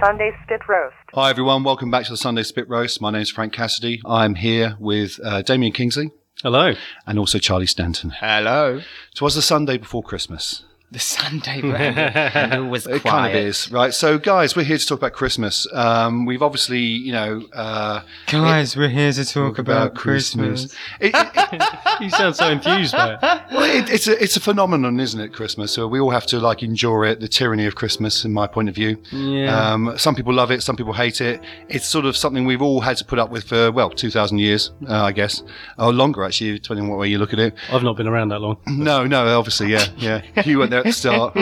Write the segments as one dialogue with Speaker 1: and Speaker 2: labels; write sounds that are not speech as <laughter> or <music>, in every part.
Speaker 1: Sunday Spit Roast.
Speaker 2: Hi, everyone. Welcome back to the Sunday Spit Roast. My name's Frank Cassidy. I'm here with uh, Damien Kingsley
Speaker 3: Hello.
Speaker 2: and also Charlie Stanton.
Speaker 4: Hello.
Speaker 2: So, was the Sunday before Christmas?
Speaker 4: The Sunday brand <laughs> It was
Speaker 2: It
Speaker 4: quiet.
Speaker 2: kind of is, right? So, guys, we're here to talk about Christmas. Um, we've obviously, you know, uh,
Speaker 4: Guys, we're here to talk,
Speaker 2: It- it-
Speaker 3: You sound so infused by it.
Speaker 2: well, it- it's a it's a phenomenon, isn't it? Christmas. So we all have to like endure it. The tyranny of Christmas, in my point of view.
Speaker 3: Yeah.
Speaker 2: Um, some people love it, some people hate it. It's sort of something we've all had to put up with for, well, 2,000 years, uh, I guess, or longer actually, depending on what way you look at it.
Speaker 3: I've not been around that long. <laughs>
Speaker 2: No, no, obviously, yeah, yeah. You weren't there at the start.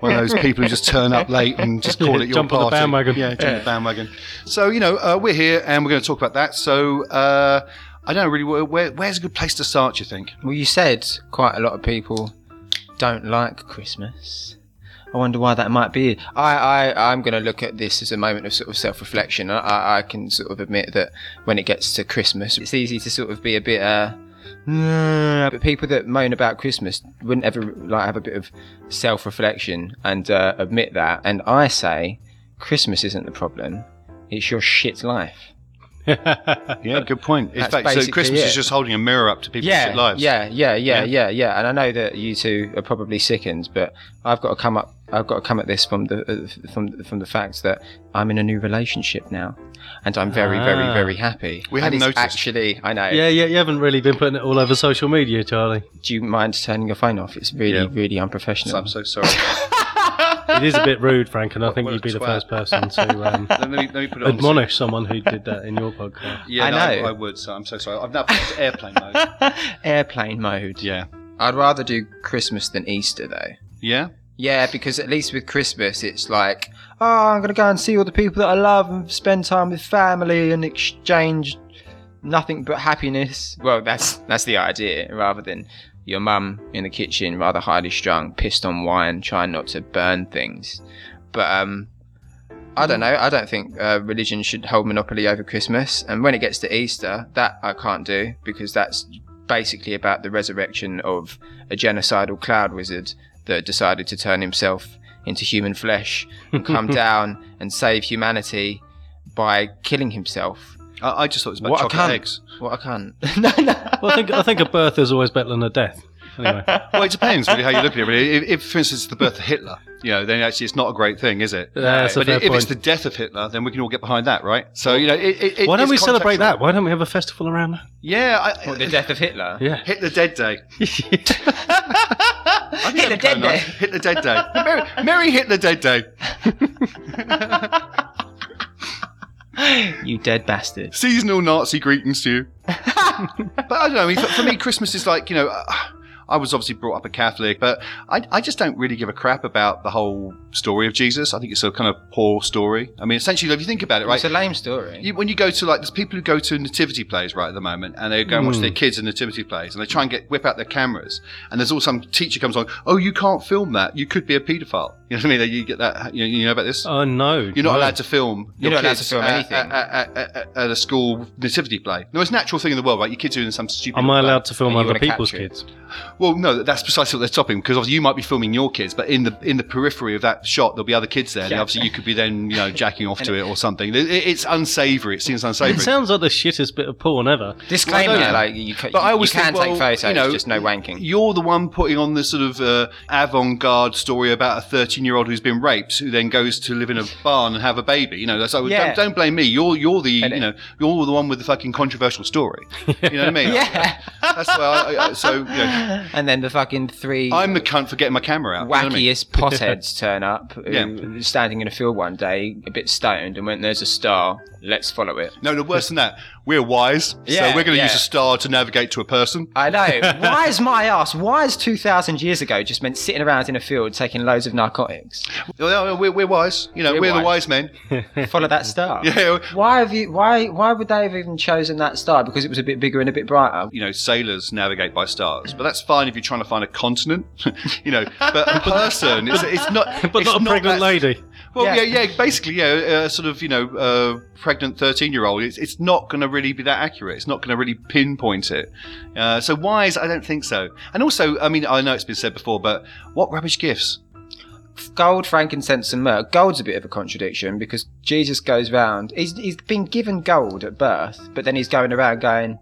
Speaker 2: One of those people who just turn up late and just call
Speaker 3: Yeah,
Speaker 2: it your
Speaker 3: jump on
Speaker 2: party.
Speaker 3: the bandwagon.
Speaker 2: Yeah, jump on the bandwagon. So, you know, uh, we're here and we're going to talk about that. So, uh, I don't know really where, where, where's a good place to start, do you think?
Speaker 4: Well, you said quite a lot of people don't like Christmas. I wonder why that might be. I, I, I'm going to look at this as a moment of sort of self-reflection. I, I, I can sort of admit that when it gets to Christmas, it's easy to sort of be a bit, uh, "Nah," but people that moan about Christmas wouldn't ever like have a bit of self-reflection and uh, admit that. And I say, Christmas isn't the problem; it's your shit life.
Speaker 2: Yeah, good point. In
Speaker 4: That's
Speaker 2: fact, so
Speaker 4: basically
Speaker 2: Christmas is
Speaker 4: it.
Speaker 2: just holding a mirror up to people's
Speaker 4: yeah,
Speaker 2: shit lives.
Speaker 4: Yeah, yeah, yeah,
Speaker 2: Yeah.
Speaker 4: yeah, yeah. And I know that you two are probably sickened, but I've got to come up. I've got to come at this from the uh, from from the fact that I'm in a new relationship now, and I'm very, very,
Speaker 3: Ah.
Speaker 4: very happy.
Speaker 2: We
Speaker 4: and
Speaker 2: hadn't
Speaker 4: it's
Speaker 2: noticed.
Speaker 4: Actually, I know.
Speaker 3: Yeah, yeah, you haven't really been putting it all over social media, Charlie.
Speaker 4: Do you mind turning your phone off? It's really,
Speaker 2: Yeah.
Speaker 4: really unprofessional.
Speaker 2: So I'm so <laughs> sorry.
Speaker 3: It is a bit rude, Frank, and I think
Speaker 2: What a
Speaker 3: you'd be the
Speaker 2: twat.
Speaker 3: first person
Speaker 2: <laughs>
Speaker 3: to um,
Speaker 2: let, me, let me put it on.
Speaker 3: admonish someone who did that in your podcast.
Speaker 2: Yeah,
Speaker 4: I
Speaker 2: no,
Speaker 4: know.
Speaker 2: I, would. So I'm so sorry. I've now put it to airplane mode.
Speaker 4: <laughs> Airplane mode.
Speaker 2: Yeah.
Speaker 4: I'd rather do Christmas than Easter, though.
Speaker 2: Yeah.
Speaker 4: Yeah, because at least with Christmas, it's like, oh, I'm going to go and see all the people that I love and spend time with family and exchange nothing but happiness. Well, that's that's the idea, rather than your mum in the kitchen, rather highly strung, pissed on wine, trying not to burn things. But um, I don't know. I don't think uh, religion should hold monopoly over Christmas. And when it gets to Easter, that I can't do because that's basically about the resurrection of a genocidal cloud wizard that decided to turn himself into human flesh and come down and save humanity by killing himself.
Speaker 2: I, I just thought it was about
Speaker 4: What a
Speaker 2: chocolate
Speaker 4: cunt.
Speaker 2: eggs.
Speaker 4: What I can't. no, no.
Speaker 3: Well, I think I think a birth is always better than a death. Anyway,
Speaker 2: Well, it depends really how you look at it. Really, if, if for instance, it's the birth of Hitler, you know, then actually it's not a great thing, is it?
Speaker 3: that's a
Speaker 2: but
Speaker 3: fair
Speaker 2: if it's
Speaker 3: point.
Speaker 2: the death of Hitler, then we can all get behind that, right? So you know, it, <laughs> it, it-
Speaker 3: Why don't
Speaker 2: it's
Speaker 3: we celebrate
Speaker 2: contextual.
Speaker 3: that? Why don't we have a festival around that?
Speaker 2: Yeah, I,
Speaker 4: What, the death of Hitler? <laughs>
Speaker 3: Yeah.
Speaker 2: Hit the Dead Day. I think that'd be
Speaker 4: Hitler
Speaker 2: kinda
Speaker 4: Dead
Speaker 2: nice.
Speaker 4: Day.
Speaker 2: Hit the Dead Day. Merry, Merry Hit the Dead Day.
Speaker 4: You dead bastard.
Speaker 2: Seasonal Nazi greetings to you. but I don't know. I mean, for, for me, Christmas is like you know. Uh, I was obviously brought up a Catholic, but I, I just don't really give a crap about the whole story of Jesus. I think it's a kind of poor story. I mean, essentially, if you think about it, right?
Speaker 4: It's a lame story.
Speaker 2: You, when you go to like, there's people who go to nativity plays right at the moment, and they go and watch their kids in nativity plays, and they try and get whip out their cameras. And there's all some teacher comes on, oh, you can't film that. You could be a paedophile. <laughs> You know what I mean? You get that. You know, you know about this?
Speaker 3: Oh no,
Speaker 2: You're not
Speaker 3: no.
Speaker 2: allowed to film.
Speaker 4: You're
Speaker 2: your
Speaker 4: not allowed
Speaker 2: kids
Speaker 4: to film
Speaker 2: at-
Speaker 4: anything.
Speaker 2: at, at, at- at- at a school nativity play. No, it's a natural thing in the world, right? Your kids are doing some stupid.
Speaker 3: Am I allowed to film
Speaker 4: And you
Speaker 3: other
Speaker 4: wanna
Speaker 3: people's
Speaker 4: capture it.
Speaker 3: kids?
Speaker 2: Well, no, that's precisely what they're stopping because obviously you might be filming your kids, but in the in the periphery of that shot, there'll be other kids there. And
Speaker 4: Yeah.
Speaker 2: obviously, you could be then you know jacking
Speaker 4: <laughs>
Speaker 2: off to it or something. It, it- it's unsavoury. It seems unsavoury.
Speaker 3: It sounds like the shittest bit of porn ever. <laughs>
Speaker 4: Disclaimer,
Speaker 2: Well, I don't know.
Speaker 4: like you, ca-
Speaker 2: But I always
Speaker 4: you can
Speaker 2: think, well,
Speaker 4: take photos,
Speaker 2: you <laughs> know,
Speaker 4: just no wanking.
Speaker 2: You're the one putting on this sort of uh, avant-garde story about a 13-year-old who's been raped, who then goes to live in a barn and have a baby. You know, that's like,
Speaker 4: Yeah.
Speaker 2: don't, don't blame me. You're you're the
Speaker 4: And
Speaker 2: you
Speaker 4: it-
Speaker 2: know you're the one with the fucking controversial story. You know what I mean?
Speaker 4: <laughs> Yeah.
Speaker 2: That's why. I, I, so you know,
Speaker 4: and then the fucking three
Speaker 2: I'm the cunt for getting my camera out. you know what I mean?
Speaker 4: wackiest <laughs> potheads turn up, who
Speaker 2: Yeah.
Speaker 4: were standing in a field one day, a bit stoned, and went, "There's a star, let's follow it."
Speaker 2: No, no, worse than that. We're wise,
Speaker 4: Yeah,
Speaker 2: so we're going to
Speaker 4: yeah.
Speaker 2: use a star to navigate to a person.
Speaker 4: I know. Why is my ass? Why is two thousand years ago just meant sitting around in a field taking loads of narcotics?
Speaker 2: No, no, We're, we're wise. You know, we're,
Speaker 4: We're
Speaker 2: the wise
Speaker 4: wise.
Speaker 2: men. <laughs>
Speaker 4: Follow that <laughs> star.
Speaker 2: Yeah.
Speaker 4: Why have you? Why? Why would they have even chosen that star? Because it was a bit bigger and a bit brighter.
Speaker 2: you know, sailors navigate by stars, but that's fine if you're trying to find a continent, <laughs> you know. But a person, it's, it's not.
Speaker 3: <laughs> But
Speaker 2: it's
Speaker 3: not a pregnant
Speaker 2: that-
Speaker 3: lady.
Speaker 2: Well, yeah,
Speaker 4: Yeah.
Speaker 2: yeah, basically, yeah, uh, sort of, you know, uh, pregnant thirteen-year-old. It's, it's not going to really be that accurate. It's not going to really pinpoint it. Uh, so wise, I don't think so. And also, I mean, I know it's been said before, but what rubbish gifts?
Speaker 4: gold, frankincense, and myrrh. Gold's a bit of a contradiction because Jesus goes round. He's he's been given gold at birth, but then he's going around going,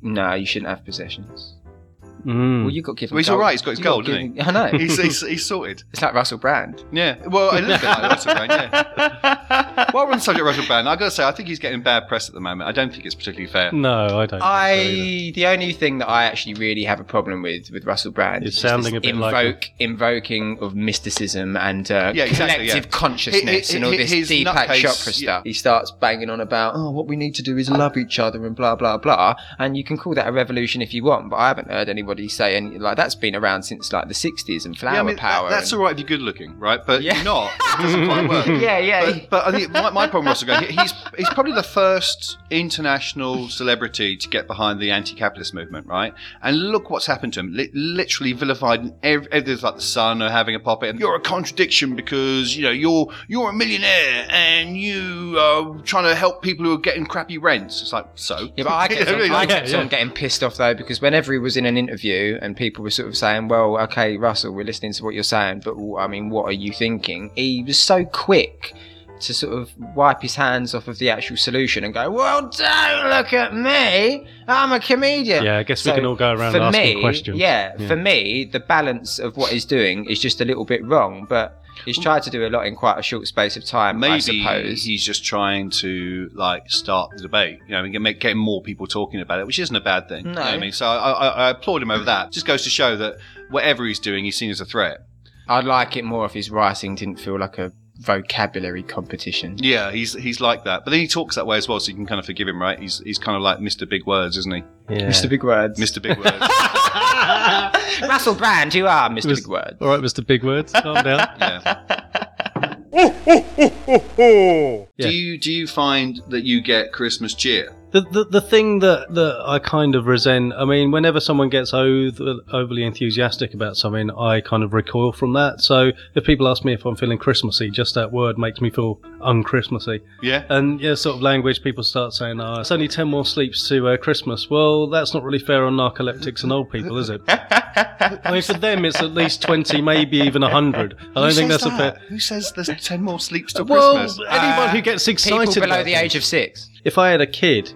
Speaker 4: "No, you shouldn't have possessions."
Speaker 3: Mm.
Speaker 2: Hmm.
Speaker 4: Well, you got given.
Speaker 2: Well, he's
Speaker 4: gold.
Speaker 2: all right, he's got his
Speaker 4: You
Speaker 2: gold, hasn't
Speaker 4: given- I know.
Speaker 2: he's, he's, he's sorted.
Speaker 4: it's like Russell
Speaker 2: <laughs>
Speaker 4: Brand.
Speaker 2: Yeah. Well, a little bit like Russell Brand, yeah.
Speaker 3: <laughs>
Speaker 2: While we're on the subject of Russell Brand, I've got to say, I think he's getting bad press at the moment. I don't think it's particularly fair.
Speaker 3: no, I don't. think
Speaker 4: I the only thing that I actually really have a problem with with Russell Brand
Speaker 3: It's
Speaker 4: is just
Speaker 3: sounding
Speaker 4: this
Speaker 3: a bit
Speaker 4: invoke
Speaker 3: like
Speaker 4: invoking of mysticism and uh,
Speaker 2: Yeah, exactly, yeah.
Speaker 4: collective consciousness
Speaker 2: Hi- hi-
Speaker 4: and all this
Speaker 2: his
Speaker 4: Deepak
Speaker 2: nutcase-
Speaker 4: Chopra
Speaker 2: yeah.
Speaker 4: stuff. He starts banging on about oh what we need to do is love each other and blah blah blah. And you can call that a revolution if you want, but I haven't heard anybody say any like that's been around since like the '60s and flower
Speaker 2: yeah, I mean, that-
Speaker 4: power.
Speaker 2: that's
Speaker 4: and,
Speaker 2: all right if you're good looking, right? But
Speaker 4: Yeah.
Speaker 2: you're
Speaker 4: <laughs>
Speaker 2: not. It doesn't quite work.
Speaker 4: yeah yeah.
Speaker 2: But, but I think my, my problem was going. He's he's probably the first international celebrity to get behind the anti-capitalist movement, right? And look what's happened to him. Li- literally vilified. in ev- Everything's like the Sun are having a pop at him. You're a contradiction because you know you're you're a millionaire and you are trying to help people who are getting crappy rents. It's like so.
Speaker 4: Yeah,
Speaker 2: <laughs>
Speaker 4: but I kept, on, I
Speaker 3: Yeah,
Speaker 4: kept on
Speaker 3: yeah.
Speaker 4: getting pissed off though because whenever he was in an interview and people were sort of saying, "Well, okay, Russell, we're listening to what you're saying, but w- I mean, what are you thinking?" He was so quick to sort of wipe his hands off of the actual solution and go, "Well, don't look at me. I'm a comedian."
Speaker 3: Yeah, I guess we
Speaker 4: So,
Speaker 3: can all go around
Speaker 4: for
Speaker 3: asking
Speaker 4: me,
Speaker 3: questions.
Speaker 4: Yeah,
Speaker 3: Yeah.
Speaker 4: for me, the balance of what he's doing is just a little bit wrong, but he's tried to do a lot in quite a short space of time. I
Speaker 2: Maybe
Speaker 4: suppose.
Speaker 2: he's just trying to like start the debate, you know, and get, make, get more people talking about it, which isn't a bad thing. You know
Speaker 4: No.
Speaker 2: what I mean, so I, I, I applaud him over that. Just goes to show that whatever he's doing, he's seen as a threat.
Speaker 4: I'd like it more if his writing didn't feel like a vocabulary competition.
Speaker 2: Yeah, he's he's like that, but then he talks that way as well, so you can kind of forgive him, right? He's he's kind of like Mr. Big Words, isn't he?
Speaker 3: Yeah.
Speaker 4: Mr. Big Words.
Speaker 2: Mr. Big <laughs> Words.
Speaker 4: <laughs> Russell Brand, you are Mr.
Speaker 3: Mis-
Speaker 4: Big Words.
Speaker 3: all right, Mr. Big Words,
Speaker 4: <laughs>
Speaker 3: calm down.
Speaker 2: yeah.
Speaker 3: Yeah.
Speaker 2: Do you do you find that you get Christmas cheer?
Speaker 3: The, the, the thing that, that I kind of resent, I mean, whenever someone gets oth- overly enthusiastic about something, I kind of recoil from that. So if people ask me if I'm feeling Christmassy, just that word makes me feel un-Christmassy.
Speaker 2: Yeah.
Speaker 3: And yeah, sort of language, people start saying, oh, it's only 10 more sleeps to uh, Christmas. Well, that's not really fair on narcoleptics and old people,
Speaker 4: <laughs>
Speaker 3: is it? I mean, for them, it's at least 20, maybe even 100. I don't think that's a fair.
Speaker 2: Who says there's ten more sleeps till
Speaker 3: Well,
Speaker 2: Christmas?
Speaker 3: anyone
Speaker 4: Uh,
Speaker 3: who gets
Speaker 4: People
Speaker 3: excited
Speaker 4: below
Speaker 3: about
Speaker 4: the
Speaker 3: things.
Speaker 4: age of six.
Speaker 3: if I had a kid,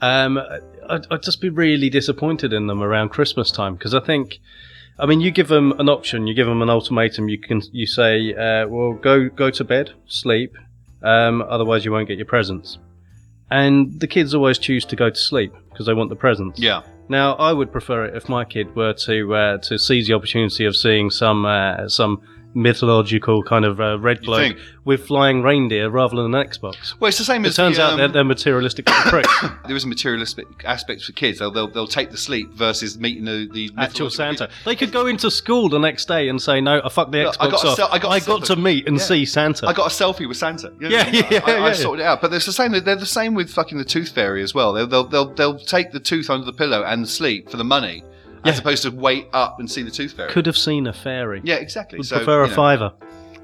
Speaker 3: um, I'd, I'd just be really disappointed in them around Christmas time because I think, I mean, you give them an option, you give them an ultimatum. You can you say, uh, well, go go to bed, sleep, um, otherwise you won't get your presents. And the kids always choose to go to sleep because they want the presents.
Speaker 2: Yeah.
Speaker 3: Now, I would prefer it if my kid were to uh, to seize the opportunity of seeing some uh, some mythological kind of uh, red
Speaker 2: You
Speaker 3: bloke
Speaker 2: think?
Speaker 3: with flying reindeer rather than an Xbox.
Speaker 2: Well, it's the same
Speaker 3: It
Speaker 2: as
Speaker 3: turns
Speaker 2: the,
Speaker 3: out
Speaker 2: um,
Speaker 3: that they're
Speaker 2: <coughs>
Speaker 3: materialistic little pricks.
Speaker 2: there is a materialistic aspect for kids. They'll, they'll they'll take the sleep versus meeting the, the mythological
Speaker 3: actual Santa.
Speaker 2: kid.
Speaker 3: They could go into school the next day and say, "No, I fucked the
Speaker 2: Look,
Speaker 3: Xbox
Speaker 2: I got a
Speaker 3: off.
Speaker 2: se- I got a
Speaker 3: to
Speaker 2: separate-
Speaker 3: meet and
Speaker 2: yeah.
Speaker 3: see Santa."
Speaker 2: I got a selfie with Santa.
Speaker 3: <laughs> Yeah, yeah,
Speaker 2: I, I,
Speaker 3: yeah,
Speaker 2: I
Speaker 3: yeah.
Speaker 2: sorted it out. But it's the same. They're the same with fucking the tooth fairy as well. They'll they'll they'll, they'll take the tooth under the pillow and sleep for the money, as
Speaker 3: Yeah.
Speaker 2: opposed to wait up and see the tooth fairy.
Speaker 3: could have seen a fairy.
Speaker 2: yeah, exactly.
Speaker 3: Would
Speaker 2: so,
Speaker 3: prefer a
Speaker 2: you know,
Speaker 3: fiver.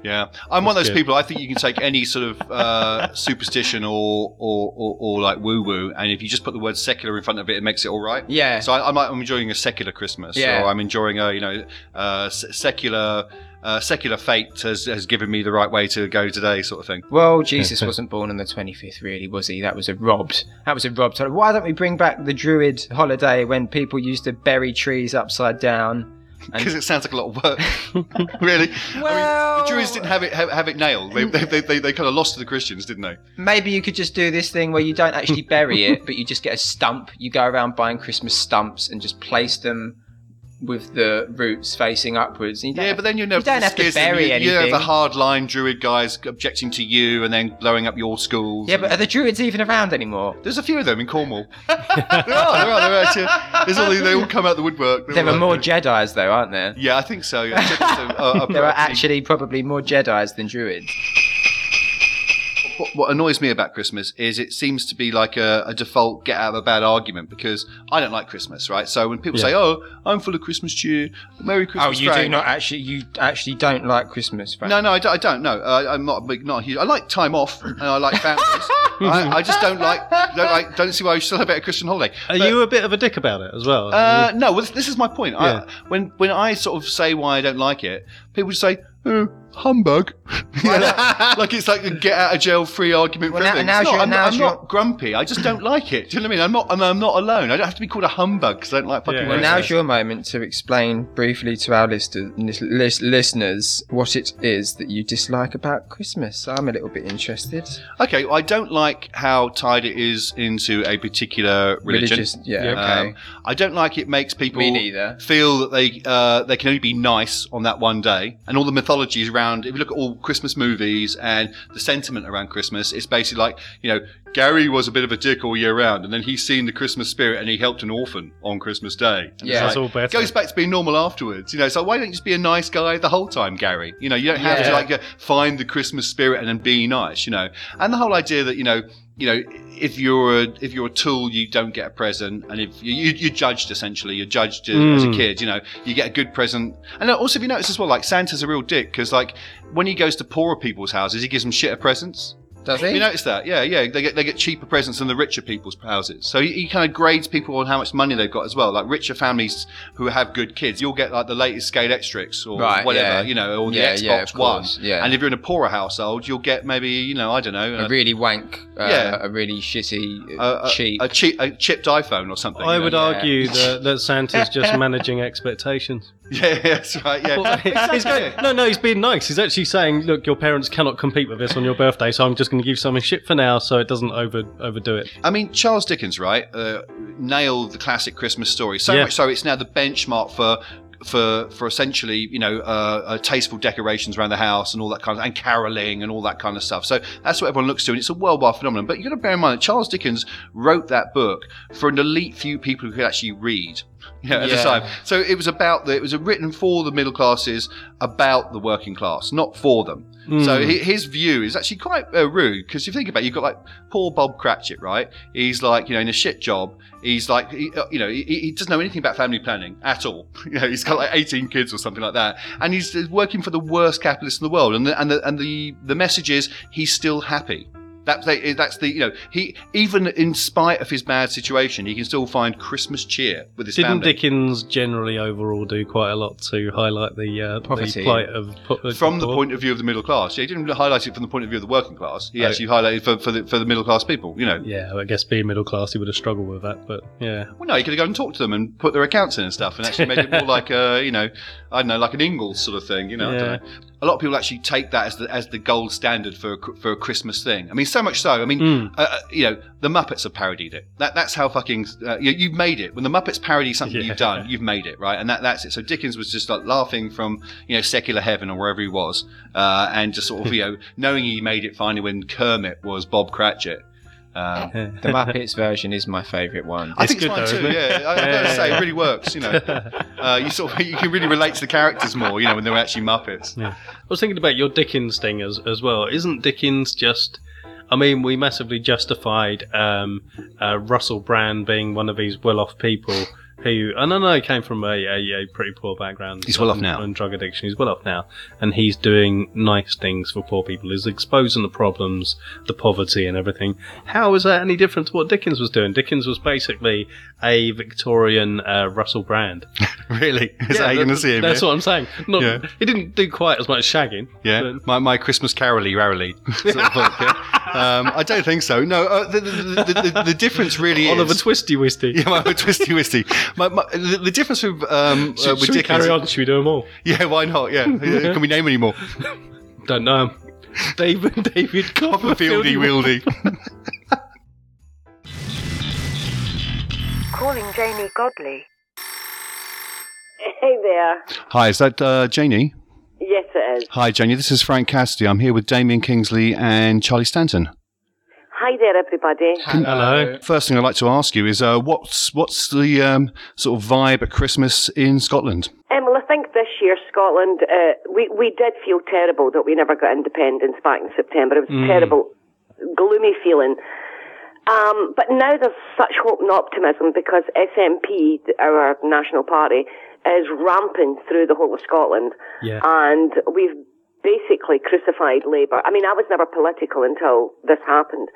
Speaker 2: Yeah, I'm one of
Speaker 3: That's
Speaker 2: those
Speaker 3: good.
Speaker 2: people. I think you can take any sort of uh, superstition or or, or or like woo woo, and if you just put the word secular in front of it, it makes it all right.
Speaker 4: Yeah.
Speaker 2: So I, I'm, I'm enjoying a secular Christmas,
Speaker 4: Yeah.
Speaker 2: or I'm enjoying a you know uh, se- secular uh, secular fate has, has given me the right way to go today, sort of thing.
Speaker 4: well, Jesus wasn't born on the 25th, really, was he? That was a robbed. That was a robbed. holiday. Why don't we bring back the Druid holiday when people used to bury trees upside down? And-
Speaker 2: Because it sounds like a lot of work, <laughs> really. I mean,
Speaker 4: Well-
Speaker 2: the Druids didn't have it have, have it nailed. They, they, they, they, they kind of lost to the Christians, didn't they?
Speaker 4: Maybe you could just do this thing where you don't actually bury it, but you just get a stump. You go around buying Christmas stumps and just place them with the roots facing upwards. And you don't
Speaker 2: Yeah,
Speaker 4: have
Speaker 2: but then you know
Speaker 4: You don't have to
Speaker 2: schism,
Speaker 4: bury
Speaker 2: you, You have
Speaker 4: anything.
Speaker 2: the hardline Druid guys objecting to you, and then blowing up your schools.
Speaker 4: Yeah, but are the druids even around anymore?
Speaker 2: There's a few of them in Cornwall. <laughs> there are, there are, there are actually. There's all, these- they all come out the woodwork. They're
Speaker 4: There are
Speaker 2: all
Speaker 4: more
Speaker 2: like- uh,
Speaker 4: Jedi's though, aren't there?
Speaker 2: <laughs> Yeah, I think so. Yeah. Chickens are- are- are
Speaker 4: There are
Speaker 2: pretty-
Speaker 4: actually probably more Jedi's than druids.
Speaker 2: What, what annoys me about Christmas is it seems to be like a, a default get out of a bad argument because I don't like Christmas, right? So when people
Speaker 3: Yeah. Oh,
Speaker 2: say, "Oh, I'm full of Christmas cheer," Merry
Speaker 4: Oh,
Speaker 2: Christmas. Frank."
Speaker 4: actually. You actually don't like Christmas, right?
Speaker 2: No, no, I don't. I don't no, uh, I'm not a big, not a huge. I like time off, and I like
Speaker 3: <laughs>
Speaker 2: families. I, I just don't like, don't like, don't see why you celebrate a Christian holiday.
Speaker 3: Are
Speaker 2: But-
Speaker 3: you a bit of a dick about it as well?
Speaker 2: Uh, no, well, this, this is my point.
Speaker 3: Yeah.
Speaker 2: I, when when I sort of say why I don't like it, people just say, oh, humbug. <laughs> Yeah,
Speaker 3: <laughs>
Speaker 2: like, like it's like a get out of jail free argument
Speaker 4: Well,
Speaker 2: for
Speaker 4: now-
Speaker 2: everything.
Speaker 4: now's
Speaker 2: It's not-
Speaker 4: your-
Speaker 2: I'm, not-
Speaker 4: now's
Speaker 2: I'm
Speaker 4: your-
Speaker 2: not grumpy. I just don't like it. Do you know what I mean? I'm not, and I'm not alone. I don't have to be called a humbug because I don't like fucking
Speaker 3: Yeah,
Speaker 2: yeah,
Speaker 3: Well,
Speaker 4: Well, now's your moment to explain briefly to our lister- lis- lis- listeners what it is that you dislike about Christmas. I'm a little bit interested.
Speaker 2: Okay, well, I don't like how tied it is into a particular religion.
Speaker 4: Religious, yeah,
Speaker 3: Yeah.
Speaker 4: okay.
Speaker 2: Um, I don't like it makes people
Speaker 4: Me neither.
Speaker 2: feel that they uh, they can only be nice on that one day, and all the mythologies around. If you look at all Christmas movies and the sentiment around Christmas, it's basically like you know Gary was a bit of a dick all year round, and then he's seen the Christmas spirit and he helped an orphan on Christmas Day. And it's
Speaker 4: Yeah.
Speaker 3: That's
Speaker 2: like,
Speaker 3: all better.
Speaker 2: Goes back to being normal afterwards, you know. So why don't you just be a nice guy the whole time, Gary? You know, you don't have to
Speaker 4: Yeah.
Speaker 2: like uh, find the Christmas spirit and then be nice, you know. And the whole idea that you know, you know, if you're a if you're a tool, you don't get a present, and if you, you, you're judged essentially, you're judged as, as a
Speaker 3: Mm.
Speaker 2: kid. You know, you get a good present, and then also if you notice as well, like Santa's a real dick because like when he goes to poorer people's houses, he gives them shitter presents.
Speaker 4: Does he?
Speaker 2: You notice that? Yeah, yeah. They get they get cheaper presents than the richer people's houses. So he, he kind of grades people on how much money they've got as well. Like richer families who have good kids, you'll get like the latest scale Xtrix or
Speaker 4: Right,
Speaker 2: whatever,
Speaker 4: yeah.
Speaker 2: you know, or the
Speaker 4: Yeah,
Speaker 2: Xbox
Speaker 4: yeah, of
Speaker 2: One.
Speaker 4: course, yeah.
Speaker 2: And if you're in a poorer household, you'll get maybe you know I don't know
Speaker 4: a
Speaker 2: a,
Speaker 4: really wank, uh,
Speaker 2: Yeah. Uh,
Speaker 4: a really shitty, uh,
Speaker 2: a, a,
Speaker 4: cheap.
Speaker 2: a cheap a chipped iPhone or something.
Speaker 3: I
Speaker 2: you know? <laughs>
Speaker 3: would
Speaker 4: yeah.
Speaker 3: argue that, that Santa's just managing expectations.
Speaker 2: Yeah, that's right. Yeah,
Speaker 3: Well, <laughs> he's
Speaker 2: <laughs>
Speaker 3: going, no, no, he's being nice. He's actually saying, "Look, your parents cannot compete with this on your birthday, so I'm just going to give you some shit for now, so it doesn't over overdo it."
Speaker 2: I mean, Charles Dickens, right, uh, nailed the classic Christmas story so
Speaker 3: Yeah.
Speaker 2: much so it's now the benchmark for. For, for essentially you know uh, uh, tasteful decorations around the house and all that kind of and caroling and all that kind of stuff so that's what everyone looks to and it's a worldwide phenomenon but you've got to bear in mind that Charles Dickens wrote that book for an elite few people who could actually read <laughs> you know, at the
Speaker 4: Yeah.
Speaker 2: time so it was about the it was written for the middle classes about the working class not for them so
Speaker 3: Mm.
Speaker 2: hi- his view is actually quite uh, rude because you think about it, you've got like poor Bob Cratchit, right? He's like you know in a shit job. He's like he, uh, you know he, he doesn't know anything about family planning at all. <laughs> You know he's got like eighteen kids or something like that, and he's uh, working for the worst capitalist in the world. And the, and the, and the the message is he's still happy. That's the, that's the you know he even in spite of his bad situation he can still find Christmas cheer with his
Speaker 3: Didn't
Speaker 2: family.
Speaker 3: Dickens generally overall do quite a lot to highlight the, uh, the
Speaker 4: Poverty.
Speaker 3: plight of po-
Speaker 2: from the
Speaker 3: poor?
Speaker 2: point of view of the middle class. Yeah, he didn't highlight it from the point of view of the working class. He
Speaker 3: Oh.
Speaker 2: actually highlighted for, for the for the middle class people. You know,
Speaker 3: Yeah, I guess being middle class, he would have struggled with that, but yeah,
Speaker 2: well, no, he could have gone and talked to them and put their accounts in and stuff, and actually made it more like
Speaker 3: <laughs>
Speaker 2: a you know, I don't know, like an Ingalls sort of thing. You know, I
Speaker 3: Yeah.
Speaker 2: don't know. A lot of people actually take that as the as the gold standard for a, cr- for a Christmas thing. I mean, so much so. I mean,
Speaker 3: Mm.
Speaker 2: uh, uh, you know, the Muppets have parodied it. That, that's how fucking uh, you, you've made it. When the Muppets parody something
Speaker 3: Yeah.
Speaker 2: you've done, you've made it, right? And that, that's it. So Dickens was just like laughing from you know secular heaven or wherever he was, uh, and just sort of you know knowing he made it finally when Kermit was Bob Cratchit. Um,
Speaker 4: the Muppets version is my favourite one.
Speaker 2: I
Speaker 3: It's
Speaker 2: think it's
Speaker 3: good
Speaker 2: mine
Speaker 3: though,
Speaker 2: too.
Speaker 3: isn't it?
Speaker 2: Yeah, I, I gotta
Speaker 3: Yeah.
Speaker 2: say, it really works.
Speaker 3: <laughs>
Speaker 2: You know, uh, you sort of <laughs> you can really relate to the characters more. You know, when they were actually Muppets.
Speaker 3: I was thinking about your Dickens thing as as well. Isn't Dickens just? I mean, we massively justified um, uh, Russell Brand being one of these well-off people who, and I know he came from a, a, a pretty poor background.
Speaker 2: He's well off
Speaker 3: and-
Speaker 2: now.
Speaker 3: And drug addiction. He's well off now, and he's doing nice things for poor people. He's exposing the problems, the poverty, and everything. How is that any different to what Dickens was doing? Dickens was basically a Victorian uh, Russell Brand.
Speaker 2: Really, is that how
Speaker 3: Yeah,
Speaker 2: you're gonna
Speaker 3: that's-
Speaker 2: see him?
Speaker 3: That's
Speaker 2: yeah?
Speaker 3: what I'm saying. Not,
Speaker 2: Yeah.
Speaker 3: He didn't do quite as much shagging.
Speaker 2: Yeah,
Speaker 3: but-
Speaker 2: my, my Christmas caroly rarely. <laughs> Sort of book, yeah. um, I don't think so. No, uh, the, the, the, the, the difference really
Speaker 3: Oliver
Speaker 2: is.
Speaker 3: Twisty Wisty.
Speaker 2: <laughs> yeah, my twisty wisty. My, my, the, the difference with um, uh,
Speaker 3: Should,
Speaker 2: with
Speaker 3: should we
Speaker 2: Dickens.
Speaker 3: carry on? Should we do them all?
Speaker 2: <laughs> Yeah, why not?
Speaker 3: <laughs>
Speaker 2: Yeah, Yeah, can we name any more?
Speaker 3: Don't
Speaker 2: <laughs>
Speaker 3: know. 'em. David, David Copperfield.
Speaker 2: Fieldy wieldy.
Speaker 1: Calling Janie Godley. Hey there.
Speaker 2: Hi, is that uh, Janie?
Speaker 1: Yes, it is.
Speaker 2: Hi, Janie. This is Frank Cassidy. I'm here with Damien Kingsley and Charlie Stanton.
Speaker 1: Hi there, everybody.
Speaker 3: Hello.
Speaker 2: First thing I'd like to ask you is, uh, what's what's the um, sort of vibe at Christmas in Scotland?
Speaker 1: Um, well, I think this year Scotland, uh, we we did feel terrible that we never got independence back in September. It was a terrible, gloomy feeling. Um, but now there's such hope and optimism because SNP, our national party, is rampant through the whole of Scotland,
Speaker 3: Yeah.
Speaker 1: and we've basically crucified Labour. I mean, I was never political until this happened,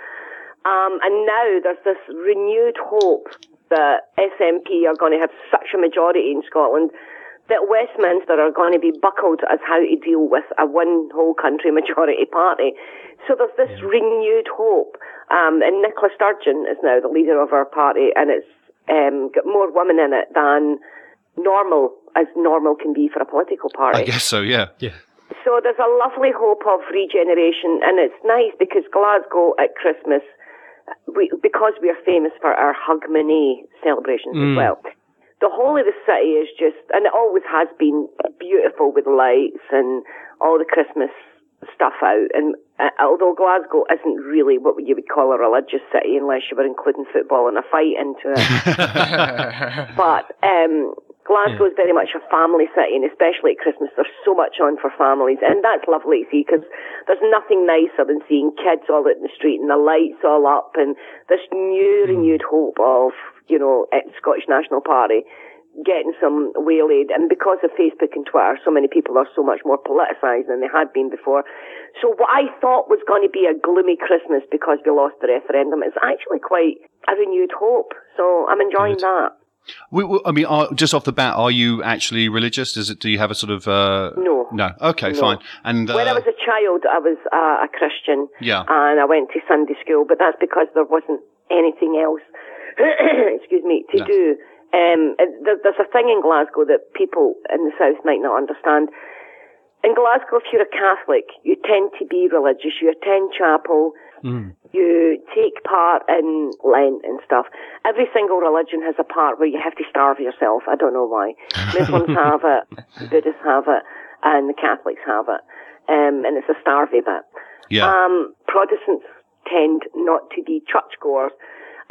Speaker 1: um, and now there's this renewed hope that SNP are going to have such a majority in Scotland that Westminster are going to be buckled as how to deal with a one whole country <laughs> majority party. So there's this renewed hope. Um, and Nicola Sturgeon is now the leader of our party, and it's um, got more women in it than normal, as normal can be for a political party.
Speaker 2: I guess so, yeah.
Speaker 3: Yeah.
Speaker 1: So there's a lovely hope of regeneration, and it's nice because Glasgow at Christmas, we, because we are famous for our Hogmanay celebrations as well. The whole of the city is just, and it always has been beautiful with lights and all the Christmas stuff out. And uh, although Glasgow isn't really what you would call a religious city, unless you were including football and a fight into it but um, Glasgow is very much a family city, and especially at Christmas, there's so much on for families, and that's lovely to see because there's nothing nicer than seeing kids all out in the street and the lights all up, and this new renewed hope of you know at Scottish National Party getting some waylaid and because of Facebook and Twitter so many people are so much more politicised than they had been before so what I thought was going to be a gloomy Christmas because we lost the referendum is actually quite a renewed hope so I'm enjoying that
Speaker 2: We, we- I mean, are, just off the bat, are you actually religious? Does it? Do you have a sort of? Uh,
Speaker 1: No.
Speaker 2: No. Okay, fine. And uh,
Speaker 1: When I was a child, I was uh, a Christian.
Speaker 2: Yeah.
Speaker 1: And I went to Sunday school, but that's because there wasn't anything else, <coughs> excuse me, to do. Um, and there, there's a thing in Glasgow that people in the South might not understand. In Glasgow, if you're a Catholic, you tend to be religious. You attend chapel. You take part in Lent and stuff. Every single religion has a part where you have to starve yourself. I don't know why. Muslims have it, Buddhists have it, and the Catholics have it. Um, and it's a starvey bit.
Speaker 2: yeah,
Speaker 1: Um, Protestants tend not to be churchgoers.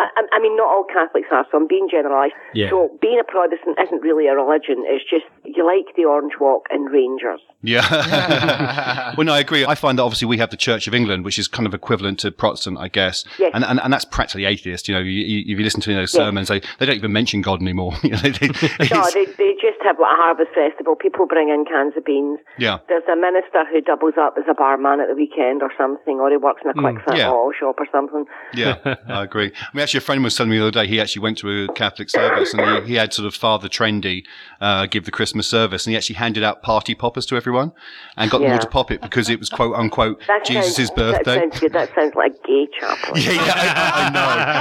Speaker 1: I, I- I mean, not all Catholics are, so I'm being generalised.
Speaker 3: Yeah.
Speaker 1: So being a Protestant isn't really a religion. It's just you like the Orange Walk and Rangers. <laughs>
Speaker 2: yeah. <laughs> well, no, I agree. I find that obviously we have the Church of England, which is kind of equivalent to Protestant, I guess.
Speaker 1: Yes.
Speaker 2: And, and and that's practically atheist. You know, you, you, if you listen to those sermons, they, they don't even mention God anymore. <laughs> You know, they- they- <laughs>
Speaker 1: No,
Speaker 2: it's-
Speaker 1: they, they just have like a harvest festival. People bring in cans of beans.
Speaker 2: yeah.
Speaker 1: There's a minister who doubles up as a barman at the weekend or something, or he works in a quick fit
Speaker 2: Hmm, yeah.
Speaker 1: oil shop or something.
Speaker 2: Yeah, I
Speaker 3: <laughs>
Speaker 2: agree. I mean, actually, a friend was telling me the other day he actually went to a Catholic service and he, he had sort of Father Trendy uh, give the Christmas service and he actually handed out party poppers to everyone and got them all
Speaker 1: Yeah.
Speaker 2: to pop it because it was quote unquote
Speaker 1: That
Speaker 2: Jesus'
Speaker 1: sounds, That
Speaker 2: birthday.
Speaker 1: sounds good. That sounds like a gay <laughs>
Speaker 2: <laughs>
Speaker 1: chapel.
Speaker 2: Yeah, yeah, I, I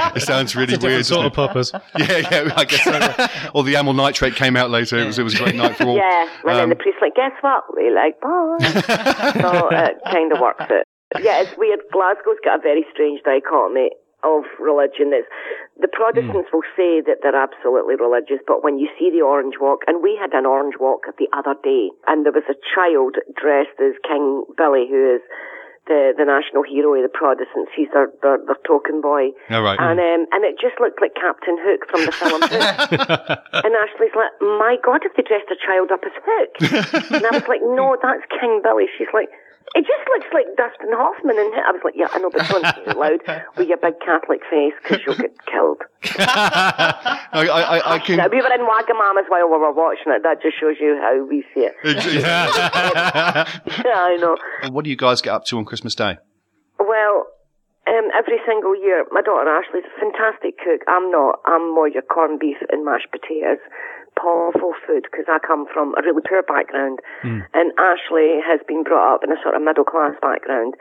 Speaker 2: know.
Speaker 3: <laughs>
Speaker 2: It sounds really weird.
Speaker 3: sort of
Speaker 2: doesn't
Speaker 3: poppers.
Speaker 2: it? Yeah, yeah, I guess so.
Speaker 3: <laughs>
Speaker 2: All the amyl nitrate came out later. It was it was a great night for all.
Speaker 1: Yeah, and then the priest's like, guess what? We like bye. so it kind of works out. Yeah, it's weird. Glasgow's got a very strange dichotomy of religion. It's, the Protestants will say that they're absolutely religious, but when you see the orange walk, and we had an orange walk the other day, and there was a child dressed as King Billy, who is the, the national hero of the Protestants. He's their, their, their token boy.
Speaker 2: All right. <laughs>
Speaker 1: And um, and it just looked like Captain Hook from the film Hook. and Ashley's like, "My God, if they dressed a child up as Hook?" and I was like, "No, that's King Billy." She's like, "It just looks like Dustin Hoffman." And I was like, "Yeah, I know, but don't say it loud with your big Catholic face because you'll get killed."
Speaker 2: I, I, I, I can.
Speaker 1: Now, we were in Wagamama's while we were watching it. That just shows you how we see it.
Speaker 3: <laughs>
Speaker 1: yeah, I know.
Speaker 2: What do you guys get up to on Christmas Day?
Speaker 1: Well, um, every single year, my daughter Ashley's a fantastic cook. I'm not. I'm more your corned beef and mashed potatoes, powerful food, because I come from a really poor background.
Speaker 3: Hmm.
Speaker 1: And Ashley has been brought up in a sort of middle class background.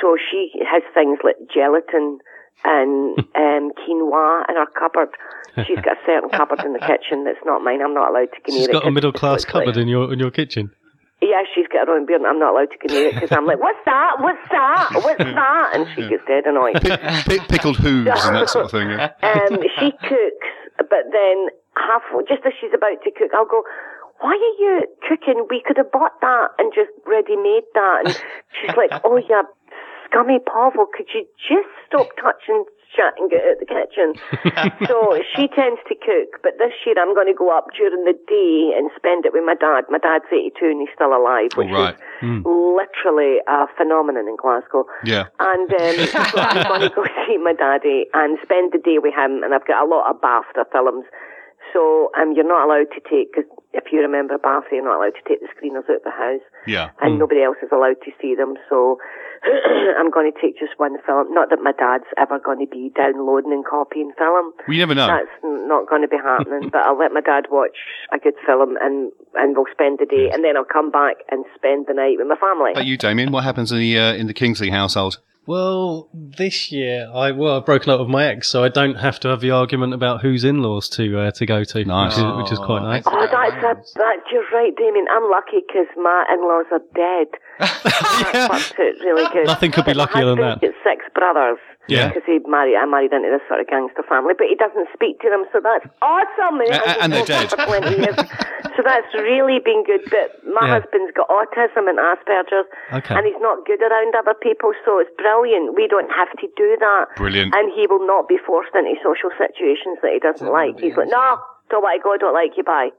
Speaker 1: So she has things like gelatin
Speaker 3: <laughs>
Speaker 1: and um, quinoa in her cupboard. She's got a certain cupboard
Speaker 3: <laughs>
Speaker 1: in the kitchen that's not mine. I'm not allowed to go near
Speaker 3: She's
Speaker 1: it
Speaker 3: got a
Speaker 1: 'cause
Speaker 3: middle
Speaker 1: it's
Speaker 3: class
Speaker 1: like-
Speaker 3: cupboard in your in your kitchen.
Speaker 1: yeah, she's got her own beer, and I'm not allowed to go near it because I'm like, "What's that? What's that? What's that?" And she gets dead annoyed.
Speaker 2: Pick, pickled hooves and that sort of thing.
Speaker 1: <laughs>
Speaker 2: Yeah.
Speaker 1: Um, she cooks, but then half just as she's about to cook, I'll go. Why are you cooking? We could have bought that and just ready made that. And she's like, "Oh, yeah, scummy Pavel, could you just stop touching shit and get out the kitchen?" so she tends to cook, but this year I'm going to go up during the day and spend it with my dad. My dad's 82 and he's still alive, which
Speaker 2: All right.
Speaker 1: is literally a phenomenon in Glasgow.
Speaker 2: Yeah.
Speaker 1: And um, so <laughs> I'm going to go see my daddy and spend the day with him. And I've got a lot of BAFTA films. So um, you're not allowed to take, because if you remember Baffy, you're not allowed to take the screeners out of the house,
Speaker 2: Yeah.
Speaker 1: and nobody else is allowed to see them. So <clears throat> I'm going to take just one film. Not that my dad's ever going to be downloading and copying film.
Speaker 2: Well, you never know.
Speaker 1: That's n- not going to be happening. but I'll let my dad watch a good film, and and we'll spend the day, and then I'll come back and spend the night with my family.
Speaker 2: But you, Damien, what happens in the uh, in the Kingsley household?
Speaker 3: Well, this year I well I've broken up with my ex, so I don't have to have the argument about whose in-laws to uh, to go to,
Speaker 2: Nice.
Speaker 3: which, is, which is quite nice.
Speaker 1: Oh, that's a, that, you're right, Damien. I'm lucky because my in-laws are dead. <laughs> That worked out really good.
Speaker 3: Nothing could be
Speaker 1: My
Speaker 3: luckier than
Speaker 1: husband's got six brothers.
Speaker 3: Yeah.
Speaker 1: Because he married, I married into this sort of gangster family, but he doesn't speak to them, so that's awesome. He
Speaker 2: A- a-
Speaker 1: hasn't
Speaker 2: and they're dead.
Speaker 1: spoken For 20 years. so that's really been good. But my
Speaker 3: Yeah.
Speaker 1: husband's got autism and Asperger's,
Speaker 3: Okay.
Speaker 1: and he's not good around other people, so it's brilliant. We don't have to do that.
Speaker 2: Brilliant.
Speaker 1: And he will not be forced into social situations that he doesn't like. He's like, no, don't like go, don't like you, bye.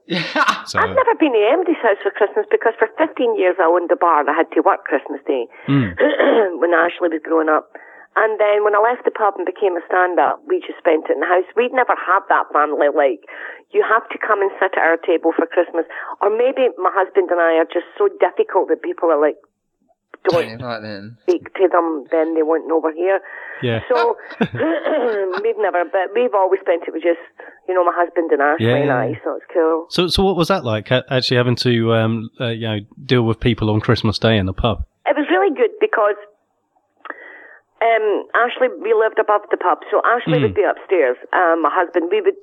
Speaker 2: So,
Speaker 1: I've never been to anybody's house for Christmas because for 15 years I owned a bar and I had to work Christmas Day
Speaker 3: Hmm.
Speaker 1: <clears throat> when Ashley was growing up. And then when I left the pub and became a stand-up, we just spent it in the house. We'd never had that family, like, you have to come and sit at our table for Christmas. Or maybe my husband and I are just so difficult that people are like,
Speaker 4: Yeah,
Speaker 1: don't
Speaker 4: right then.
Speaker 1: speak to them, then they won't know we're here.
Speaker 3: Yeah. <laughs>
Speaker 1: So <clears throat> we've never, but we've always spent it with just, you know, my husband and Ashley and
Speaker 3: Yeah.
Speaker 1: I, so it's cool.
Speaker 3: So so what was that like? a- Actually having to um, uh, you know deal with people on Christmas Day in the pub.
Speaker 1: it was really good because um, Ashley, we lived above the pub, so Ashley would
Speaker 3: Mm.
Speaker 1: be upstairs. Um, my husband, we would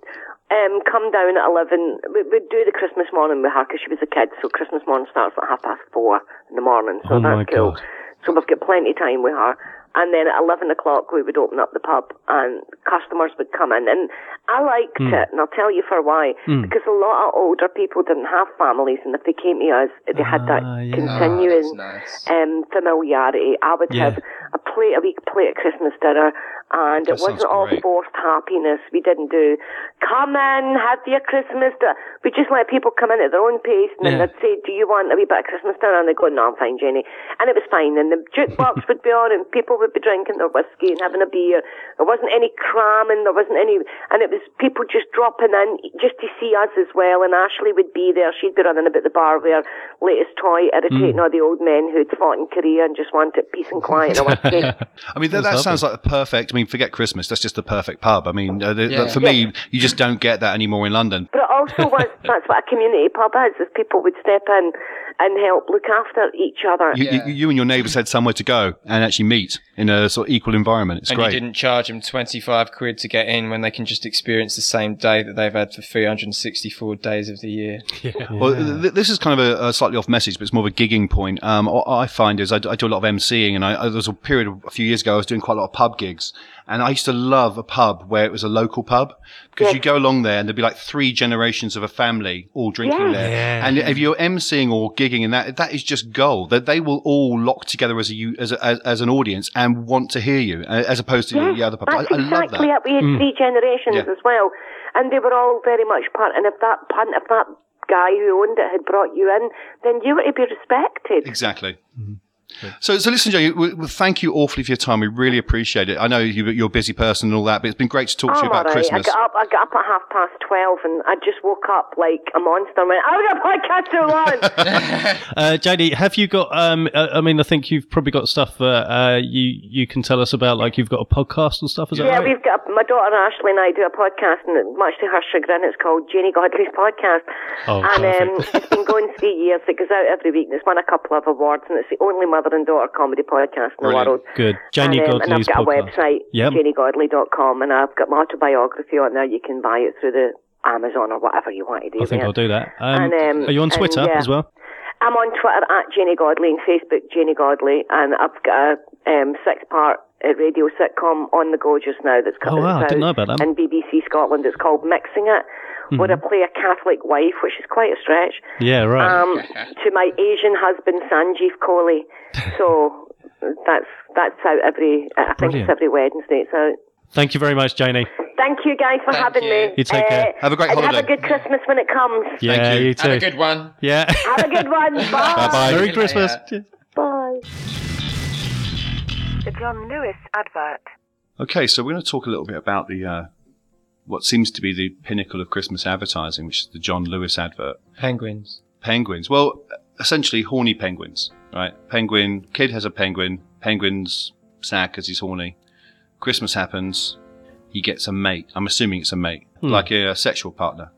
Speaker 1: um, come down at eleven. We, we'd do the Christmas morning with her because she was a kid, so Christmas morning starts at half past four in the morning. So
Speaker 3: Oh my
Speaker 1: that's cool.
Speaker 3: God.
Speaker 1: So we've got plenty of time with her. And then at eleven o'clock, we would open up the pub, and customers would come in. And I liked
Speaker 3: Mm.
Speaker 1: it, and I'll tell you for why. Because a lot of older people didn't have families, and if they came to us, they had that
Speaker 3: Ah, yeah.
Speaker 4: Ah,
Speaker 1: continuing
Speaker 4: that's nice.
Speaker 1: um, familiarity. I would
Speaker 3: Yeah.
Speaker 1: have a plate, a week plate at Christmas dinner, and
Speaker 2: That
Speaker 1: it wasn't
Speaker 2: sounds
Speaker 1: all
Speaker 2: great.
Speaker 1: forced happiness. We didn't do, come in, have your Christmas dinner. We just let people come in at their own pace, and
Speaker 3: Yeah.
Speaker 1: then they'd say, do you want a wee bit of Christmas dinner? And they'd go, no, I'm fine, Jenny. And it was fine, and the jukebox would be on, and people would be drinking their whiskey and having a beer. There wasn't any cramming, there wasn't any, and it was people just dropping in just to see us as well, and Ashley would be there. She'd be running about the bar with her latest toy, irritating all the old men who'd fought in Korea and just wanted peace and quiet and a whiskey.
Speaker 2: I mean, that, that
Speaker 3: Sounds
Speaker 2: sounds like the perfect. I mean, forget Christmas. That's just the perfect pub. I mean, uh, the,
Speaker 4: Yeah.
Speaker 2: for me, you just don't get that anymore in London.
Speaker 1: But it also was that's what a community pub is, is people would step in and help look after each other.
Speaker 2: You, you, you and your neighbours had somewhere to go and actually meet in a sort of equal environment. It's
Speaker 4: And
Speaker 2: great.
Speaker 4: you didn't charge them 25 quid to get in when they can just experience the same day that they've had for 364 days of the year.
Speaker 2: Well, th- th- this is kind of a, a slightly off message, but it's more of a gigging point. Um, what I find is I, d- I do a lot of MCing, and I, I, there was a period of- a few years ago I was doing quite a lot of pub gigs, and I used to love a pub where it was a local pub because you go along there and there'd be like three generations of a family all drinking
Speaker 1: Yeah.
Speaker 2: there, and if you're MCing or gigging, and that that is just gold. That they will all lock together as a you as a, as, as an audience and want to hear you, a- as opposed to the- the other pub. I,
Speaker 1: That's
Speaker 2: I love
Speaker 1: exactly
Speaker 2: that.
Speaker 1: it. We had three generations
Speaker 2: Yeah.
Speaker 1: as well, and they were all very much part. And if that pun, if that guy who owned it had brought you in, then you were to be respected.
Speaker 2: Exactly.
Speaker 3: Mm-hmm.
Speaker 2: So, so listen, Joe. We, we thank you awfully for your time. We really appreciate it. I know you, you're a busy person and all that, but it's been great to talk to you
Speaker 1: Oh, I'm
Speaker 2: about
Speaker 1: all right.
Speaker 2: Christmas.
Speaker 1: I got up. I got up at half past twelve, and I just woke up like a monster. And went, "I've got a podcast to
Speaker 2: <laughs>
Speaker 1: launch."
Speaker 3: Uh, JD, have you got? Um, uh, I mean, I think you've probably got stuff that uh, you you can tell us about. Like you've got a podcast and stuff. Is
Speaker 1: yeah,
Speaker 3: that right?
Speaker 1: we've got my daughter Ashley and I do a podcast, and much to her chagrin, it's called Jenny Godley's podcast.
Speaker 3: Oh,
Speaker 1: and um, it's been
Speaker 2: <laughs>
Speaker 1: going three years. It goes out every week, and it's won a couple of awards, and it's the only mother and daughter comedy podcast in
Speaker 2: Brilliant.
Speaker 1: the world.
Speaker 3: Good. Janie
Speaker 1: and, um, and
Speaker 3: Godley's
Speaker 1: I've got
Speaker 3: podcast.
Speaker 1: a website,
Speaker 3: Yep.
Speaker 1: janiegodley.com, and I've got my autobiography on there. You can buy it through the Amazon or whatever you want to do.
Speaker 3: I think
Speaker 1: there.
Speaker 3: I'll do that. Um,
Speaker 1: And, um,
Speaker 3: are you on
Speaker 1: and,
Speaker 3: Twitter
Speaker 1: yeah.
Speaker 3: as well?
Speaker 1: I'm on Twitter at Janie Godley and Facebook Janie Godley, and I've got a um, six-part uh, radio sitcom on the go just now that's coming
Speaker 3: Oh, wow, I
Speaker 1: out
Speaker 3: didn't know about that. Mm-hmm.
Speaker 1: in BBC Scotland. It's called Mixing It, where I play a Catholic wife, which is quite a stretch,
Speaker 3: Yeah, right.
Speaker 1: um, to my Asian husband Sanjeev Kohli.
Speaker 3: <laughs>
Speaker 1: So that's that's out every. I think
Speaker 3: Brilliant.
Speaker 1: it's every Wednesday. It's out.
Speaker 3: Thank you very much, Janie.
Speaker 1: Thank you guys for having
Speaker 4: you.
Speaker 1: me. Uh,
Speaker 3: You take care.
Speaker 2: Have a great
Speaker 1: and
Speaker 2: holiday.
Speaker 1: Have a good Christmas when it comes.
Speaker 3: Yeah,
Speaker 2: you.
Speaker 3: you.
Speaker 4: Have a
Speaker 3: too.
Speaker 4: good one. <laughs>
Speaker 3: Yeah.
Speaker 1: Have a good one. Bye.
Speaker 2: Bye.
Speaker 3: Merry Christmas.
Speaker 1: Bye.
Speaker 5: The John Lewis advert.
Speaker 2: Okay, so we're going to talk a little bit about the uh, what seems to be the pinnacle of Christmas advertising, which is the John Lewis advert.
Speaker 4: Penguins.
Speaker 2: Penguins. Well, essentially horny penguins, right? Penguin, kid has a penguin, penguin's sad because he's horny. Christmas happens, he gets a mate. I'm assuming it's a mate,
Speaker 3: Hmm.
Speaker 2: like a, sexual partner.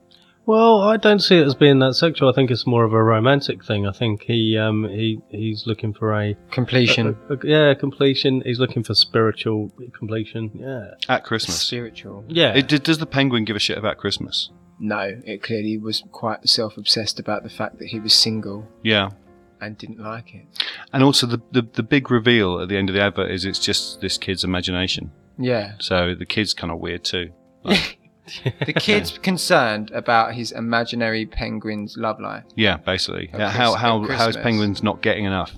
Speaker 3: Well, I don't see it as being that sexual. I think it's more of a romantic thing. I think he um he he's looking for a,
Speaker 4: Completion.
Speaker 3: a- a- yeah completion. He's looking for spiritual completion. Yeah,
Speaker 2: At Christmas.
Speaker 4: Spiritual.
Speaker 3: yeah.
Speaker 2: It, d- does the penguin give a shit about Christmas?
Speaker 4: No, it clearly was quite self obsessed about the fact that he was single
Speaker 2: Yeah.
Speaker 4: and didn't like it.
Speaker 2: And also, the, the, the big reveal at the end of the advert is it's just this kid's imagination.
Speaker 4: Yeah.
Speaker 2: So the kid's kind of weird too.
Speaker 4: <laughs> The kid's concerned about his imaginary penguin's love life.
Speaker 2: Yeah, basically.
Speaker 4: At
Speaker 2: Yeah, how
Speaker 4: Chris-
Speaker 2: how
Speaker 4: at
Speaker 2: how is
Speaker 4: Christmas.
Speaker 2: penguins not getting enough?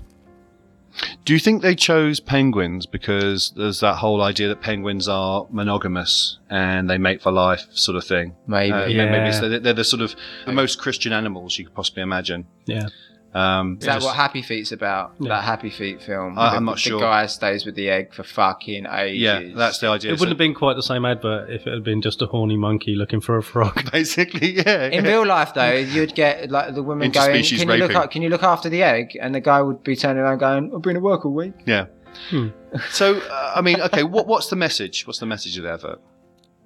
Speaker 2: Do you think they chose penguins because there's that whole idea that penguins are monogamous and they mate for life sort of thing?
Speaker 4: Maybe.
Speaker 2: Uh, you know, maybe it's
Speaker 3: Yeah.
Speaker 2: they're, they're the sort of the most Christian animals you could possibly imagine.
Speaker 3: Yeah.
Speaker 2: Um,
Speaker 4: Is that
Speaker 2: just-
Speaker 4: what Happy Feet's about?
Speaker 3: Yeah.
Speaker 4: That Happy Feet film.
Speaker 2: I-
Speaker 4: The-
Speaker 2: I'm not
Speaker 4: the
Speaker 2: sure.
Speaker 4: guy stays with the egg for fucking ages.
Speaker 2: yeah, that's the idea.
Speaker 3: it
Speaker 2: So
Speaker 3: wouldn't have been quite the same advert if it had been just a horny monkey looking for a
Speaker 2: <laughs>
Speaker 3: frog.
Speaker 2: basically yeah.
Speaker 4: In real life,
Speaker 2: <laughs>
Speaker 4: though, you'd get like the woman going,
Speaker 2: Interspecies
Speaker 4: "Can you look
Speaker 2: raping.
Speaker 4: up? Can you look after the egg?" And the guy would be turning around going, "I've been at work all week."
Speaker 2: yeah.
Speaker 3: Hmm.
Speaker 2: So uh, I mean, okay, what what's the message? What's the message of the advert?
Speaker 3: <laughs>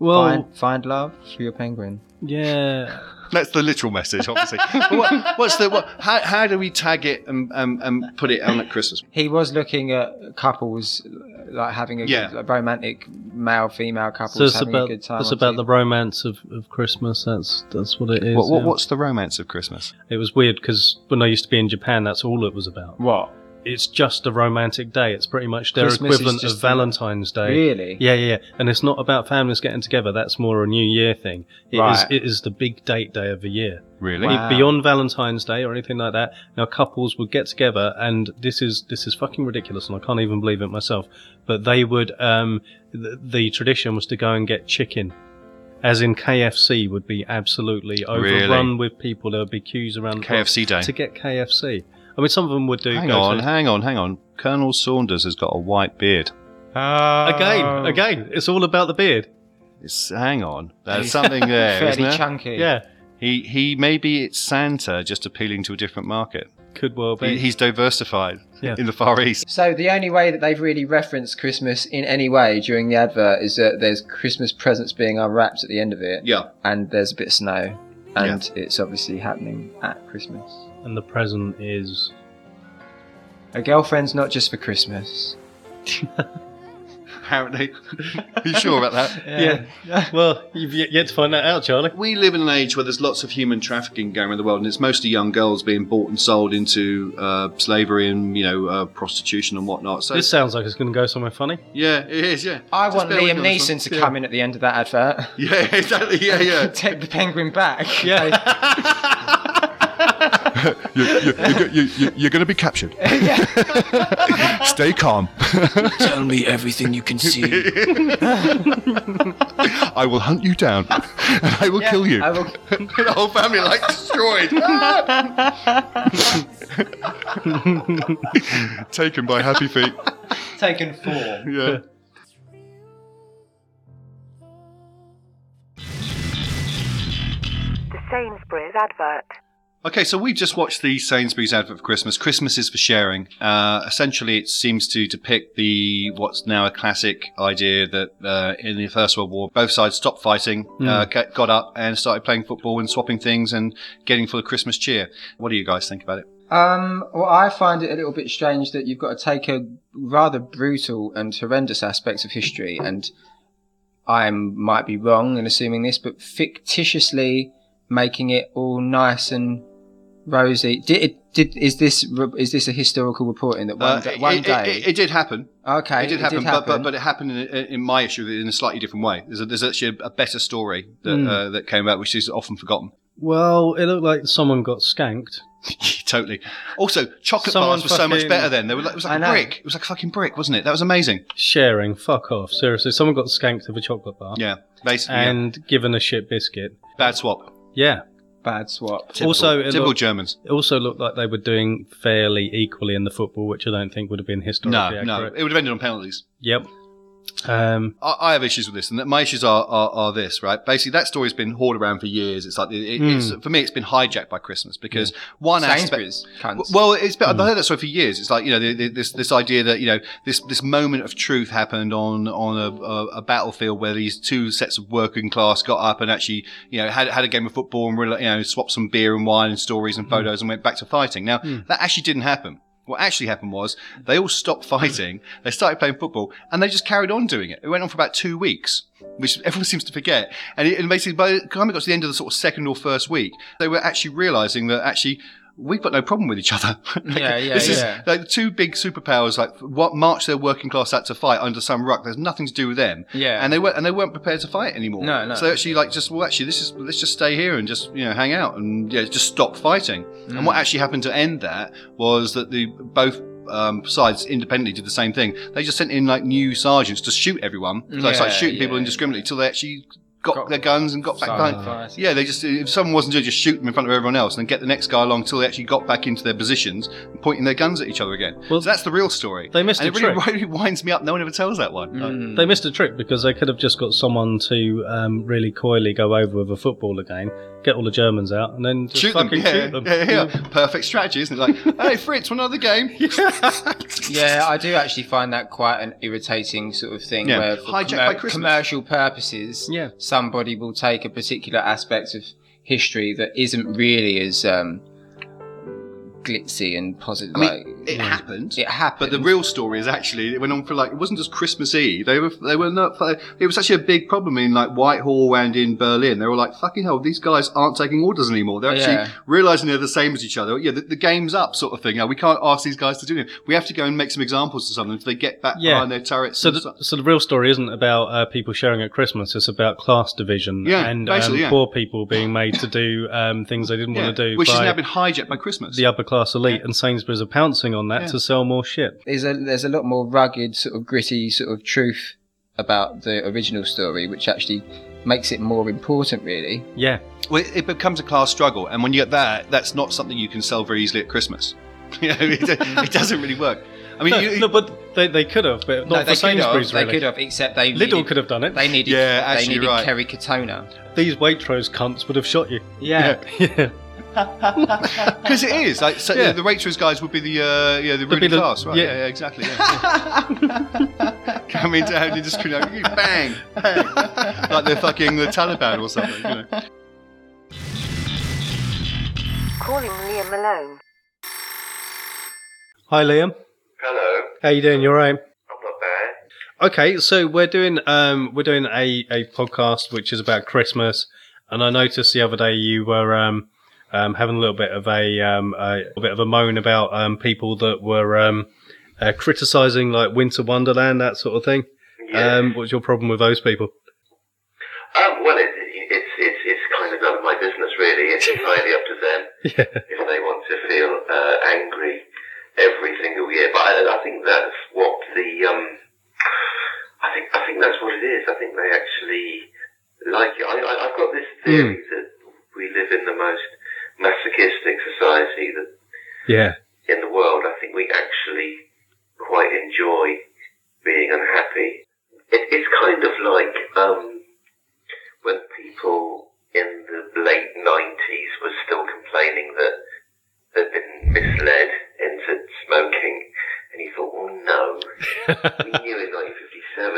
Speaker 2: Oh.
Speaker 3: Well,
Speaker 4: find, find love for your penguin.
Speaker 3: yeah.
Speaker 2: That's the literal message,
Speaker 3: <laughs>
Speaker 2: obviously. But what, what's the what, how, how do we tag it and, um, and put it on at Christmas?
Speaker 4: He was looking at couples like having a
Speaker 2: Yeah.
Speaker 4: like, romantic male female couples
Speaker 3: So it's
Speaker 4: having
Speaker 3: about
Speaker 4: a good time.
Speaker 3: it's
Speaker 4: on
Speaker 3: about the
Speaker 4: TV.
Speaker 3: romance of, of Christmas. That's that's what it is.
Speaker 2: What, what,
Speaker 3: yeah.
Speaker 2: what's the romance of Christmas?
Speaker 3: It was weird because when I used to be in Japan, that's all it was about.
Speaker 4: what
Speaker 3: It's just a romantic day. It's pretty much their
Speaker 4: Christmas is
Speaker 3: equivalent
Speaker 4: just
Speaker 3: of
Speaker 4: a-
Speaker 3: Valentine's Day.
Speaker 4: really?
Speaker 3: Yeah, yeah, yeah. And it's not about families getting together. That's more a New Year thing. It is
Speaker 4: Right.
Speaker 3: it is the big date day of the year.
Speaker 2: Really?
Speaker 4: Wow.
Speaker 3: Beyond Valentine's Day or anything like that, now couples would get together, and this is this is fucking ridiculous, and I can't even believe it myself. But they would, um, the, the tradition was to go and get chicken. As in KFC would be absolutely
Speaker 2: Really?
Speaker 3: overrun with people. There would be queues around the block
Speaker 2: KFC day.
Speaker 3: to get KFC. I mean, some of them would do.
Speaker 2: Hang
Speaker 3: go
Speaker 2: on,
Speaker 3: to-
Speaker 2: hang on, hang on. Colonel Saunders has got a white beard.
Speaker 3: again,
Speaker 2: Oh.
Speaker 3: again. It's all about the beard.
Speaker 2: It's, hang on, there's something
Speaker 3: <laughs>
Speaker 2: there,
Speaker 4: fairly
Speaker 2: isn't there?
Speaker 4: chunky.
Speaker 3: Yeah,
Speaker 2: he he maybe it's Santa just appealing to a different market.
Speaker 3: could well be.
Speaker 2: He, he's diversified
Speaker 3: Yeah.
Speaker 2: in the Far East.
Speaker 4: So the only way that they've really referenced Christmas in any way during the advert is that there's Christmas presents being unwrapped at the end of it,
Speaker 2: Yeah,
Speaker 4: and there's a bit of snow, and it's obviously happening at Christmas.
Speaker 3: and the present is
Speaker 4: A girlfriend's not just for Christmas.
Speaker 2: apparently. <laughs> Are you sure about
Speaker 3: <laughs>
Speaker 2: that?
Speaker 3: Yeah. Well, you've yet yet to find that out, Charlie.
Speaker 2: We live in an age where there's lots of human trafficking going around the world, and it's mostly young girls being bought and sold into uh, slavery and you know uh, prostitution and whatnot. So
Speaker 3: This sounds like it's going to go somewhere funny.
Speaker 2: yeah, it is. Yeah,
Speaker 4: I
Speaker 2: Just
Speaker 4: want
Speaker 2: bear with
Speaker 4: Liam
Speaker 2: me on this
Speaker 4: Neeson
Speaker 2: one.
Speaker 4: to come in at the end of that advert.
Speaker 2: Yeah, <laughs> exactly. Yeah, yeah.
Speaker 4: <laughs> Take the penguin back. <laughs>
Speaker 2: you, you, you, you, you, you're going to be
Speaker 4: <laughs>
Speaker 2: captured. <laughs> Stay calm.
Speaker 5: <laughs> Tell me everything you can see.
Speaker 2: <laughs> I will hunt you down, <laughs> and I will kill you.
Speaker 4: I will.
Speaker 2: the whole family like destroyed. <laughs> Taken by happy feet.
Speaker 4: Taken four.
Speaker 2: Yeah.
Speaker 6: The Sainsbury's advert.
Speaker 2: Okay, so we just watched the Sainsbury's advert for Christmas. Christmas is for sharing. Uh, essentially, it seems to depict the what's now a classic idea that uh, in the First World War, both sides stopped fighting, uh,
Speaker 4: Hmm.
Speaker 2: got got up, and started playing football and swapping things and getting full of Christmas cheer. What do you guys think about it?
Speaker 4: Um, well, I find it a little bit strange that you've got to take a rather brutal and horrendous aspects of history, and I might be wrong in assuming this, but fictitiously making it all nice and rosy. Did, did is this re- is this a historical reporting that one,
Speaker 2: Uh,
Speaker 4: da-
Speaker 2: it-
Speaker 4: one
Speaker 2: it,
Speaker 4: day?
Speaker 2: it- it did happen.
Speaker 4: okay,
Speaker 2: it did happen, But, but but it happened in, in my issue in a slightly different way. There's, a, there's actually a, a better story that
Speaker 4: Mm.
Speaker 2: uh, that came out, which is often forgotten. <laughs>
Speaker 3: Well, it looked like someone got skanked.
Speaker 2: totally. Also, chocolate
Speaker 3: Someone
Speaker 2: bars were so much
Speaker 3: fucking-
Speaker 2: better then. They were like, it was
Speaker 4: I
Speaker 2: like a
Speaker 4: know.
Speaker 2: brick. It was like a fucking brick, wasn't it? That was amazing.
Speaker 3: Sharing, fuck off. Seriously, someone got skanked of a chocolate bar.
Speaker 2: Yeah, basically yeah.
Speaker 3: And given a shit biscuit.
Speaker 2: bad swap.
Speaker 3: Yeah.
Speaker 4: bad swap.
Speaker 2: Typical-
Speaker 3: Also, it
Speaker 2: typical
Speaker 3: looked-
Speaker 2: Germans.
Speaker 3: It also looked like they were doing fairly equally in the football, which I don't think would have been historically
Speaker 2: No,
Speaker 3: accurate.
Speaker 2: no, it would have ended on penalties.
Speaker 3: Yep. Um,
Speaker 2: I, I have issues with this, and that my issues are, are are this right. Basically, that story's been hoarded around for years. It's like it, it- it's, for me, it's been hijacked by Christmas because one aspect.
Speaker 4: Hmm. Sainsbury's. cunts.
Speaker 2: Well, it's been, I've heard that story for years. It's like you know the, the, this this idea that you know this this moment of truth happened on on a, a, a battlefield where these two sets of working class got up and actually you know had had a game of football and rela- you know swapped some beer and wine and stories and photos and went back to fighting. Now that actually didn't happen. What actually happened was they all stopped fighting. They started playing football and they just carried on doing it. It went on for about two weeks, which everyone seems to forget. And, it, and basically, by the time it got to the end of the sort of second or first week, they were actually realizing that actually we've got no problem with each other. <laughs> Like,
Speaker 4: Yeah, yeah,
Speaker 2: this is-
Speaker 4: yeah.
Speaker 2: like the two big superpowers, like what march their working class out to fight under some rock. There's nothing to do with them.
Speaker 4: Yeah.
Speaker 2: and they weren't and they weren't prepared to fight anymore.
Speaker 4: No, no.
Speaker 2: So they actually, like, just well, actually, this is let's just stay here and just you know hang out and yeah, just stop fighting. And
Speaker 4: Mm.
Speaker 2: what actually happened to end that was that the both. Um, sides independently did the same thing. They just sent in like new sergeants to shoot everyone. So they started
Speaker 4: Yeah,
Speaker 2: shooting people
Speaker 4: yeah.
Speaker 2: indiscriminately till they actually got,
Speaker 4: Got-
Speaker 2: their guns and got back
Speaker 4: Silent
Speaker 2: behind.
Speaker 4: fires.
Speaker 2: Yeah, they just if someone wasn't doing, it, just shoot them in front of everyone else, and then get the next guy along till they actually got back into their positions, and pointing their guns at each other again.
Speaker 3: Well,
Speaker 2: so that's the real story.
Speaker 3: they missed
Speaker 2: and
Speaker 3: a
Speaker 2: it really,
Speaker 3: trick.
Speaker 2: <laughs> really winds me up. No one ever tells that one.
Speaker 4: Mm.
Speaker 3: They missed a trick because they could have just got someone to um, really coyly go over with a football again, get all the Germans out, and then just
Speaker 2: shoot them.
Speaker 3: fucking
Speaker 2: Yeah,
Speaker 3: shoot them.
Speaker 2: yeah, yeah. Perfect strategy, isn't it?
Speaker 3: <laughs>
Speaker 2: Like, hey, Fritz, want another game?
Speaker 4: Yeah, I do actually find that quite an irritating sort of thing
Speaker 2: Yeah.
Speaker 4: where for
Speaker 2: Hijacked
Speaker 4: commer-
Speaker 2: by Christmas.
Speaker 4: commercial purposes,
Speaker 3: Yeah.
Speaker 4: somebody will take a particular aspect of history that isn't really as um, glitzy and positive.
Speaker 2: I mean,
Speaker 4: like,
Speaker 2: it happened.
Speaker 4: it happened.
Speaker 2: But the real story is actually it went on for like it wasn't just Christmas Eve. They were they were not. It was actually a big problem in like Whitehall and in Berlin. They were like, "Fucking hell, these guys aren't taking orders anymore." They're actually
Speaker 4: Yeah.
Speaker 2: realizing they're the same as each other. Yeah, the, the game's up, sort of thing. Now, we can't ask these guys to do it. We have to go and make some examples to something so they get back
Speaker 3: Yeah.
Speaker 2: behind their turrets.
Speaker 3: So,
Speaker 2: and
Speaker 3: the, so the real story isn't about uh, people sharing at Christmas. It's about class division
Speaker 2: Yeah,
Speaker 3: and um,
Speaker 2: basically, yeah.
Speaker 3: poor people being made
Speaker 2: <laughs>
Speaker 3: to do um, things they didn't
Speaker 2: yeah,
Speaker 3: want to do
Speaker 2: which has
Speaker 3: by
Speaker 2: now been hijacked by Christmas.
Speaker 3: the upper class elite. And Sainsbury's are pouncing on that
Speaker 2: Yeah.
Speaker 3: to sell more shit.
Speaker 4: there's a there's a lot more rugged sort of gritty sort of truth about the original story, which actually makes it more important, really.
Speaker 3: Yeah,
Speaker 2: Well, it becomes a class struggle, and when you get that, that's not something you can sell very easily at Christmas. <laughs> You know, it, it doesn't really work. I mean,
Speaker 3: no,
Speaker 2: you,
Speaker 3: no, but they, they could have, but not
Speaker 4: they
Speaker 3: for
Speaker 4: could have,
Speaker 3: Sainsbury's.
Speaker 4: they
Speaker 3: Really.
Speaker 4: could have, except they
Speaker 3: Lidl
Speaker 4: needed,
Speaker 3: could have done it.
Speaker 4: They needed,
Speaker 2: Yeah, actually,
Speaker 4: they needed
Speaker 2: right.
Speaker 4: Kerry Katona.
Speaker 3: These Waitrose cunts would have shot you.
Speaker 4: Yeah,
Speaker 3: <laughs> yeah,
Speaker 2: Because it is like so,
Speaker 3: Yeah.
Speaker 2: the waitress guys would be the uh, yeah the
Speaker 3: They'd be
Speaker 2: ruling
Speaker 3: the-
Speaker 2: class, right?
Speaker 3: yeah.
Speaker 2: Yeah, yeah, exactly. yeah. <laughs> Coming down indiscriminately, bang, bang, like they're fucking the Taliban or something. You know?
Speaker 6: Calling Liam Malone.
Speaker 3: Hi, Liam.
Speaker 7: Hello,
Speaker 3: How you doing? You all right?
Speaker 7: I'm not bad.
Speaker 3: Okay, so we're doing um we're doing a, a podcast which is about Christmas, and I noticed the other day you were um, um having a little bit of a um a, a bit of a moan about um people that were um uh, criticizing like Winter Wonderland that sort of thing.
Speaker 7: Yeah.
Speaker 3: Um, what's your problem with those people?
Speaker 7: Um, well, it, it's it's it's kind of none of my business really. It's entirely up to them
Speaker 3: Yeah,
Speaker 7: if they want to feel uh, angry every single year. But I, I think that's what the um, I think I think that's what it is. I think they actually like it. I, I, I've got this theory that we live in the most masochistic society that
Speaker 3: yeah,
Speaker 7: in the world, I think we actually quite enjoy being unhappy. It, it's kind of like um, when people in the late 90s were still complaining that they'd been misled into smoking, and you thought, well, no. we knew in 1957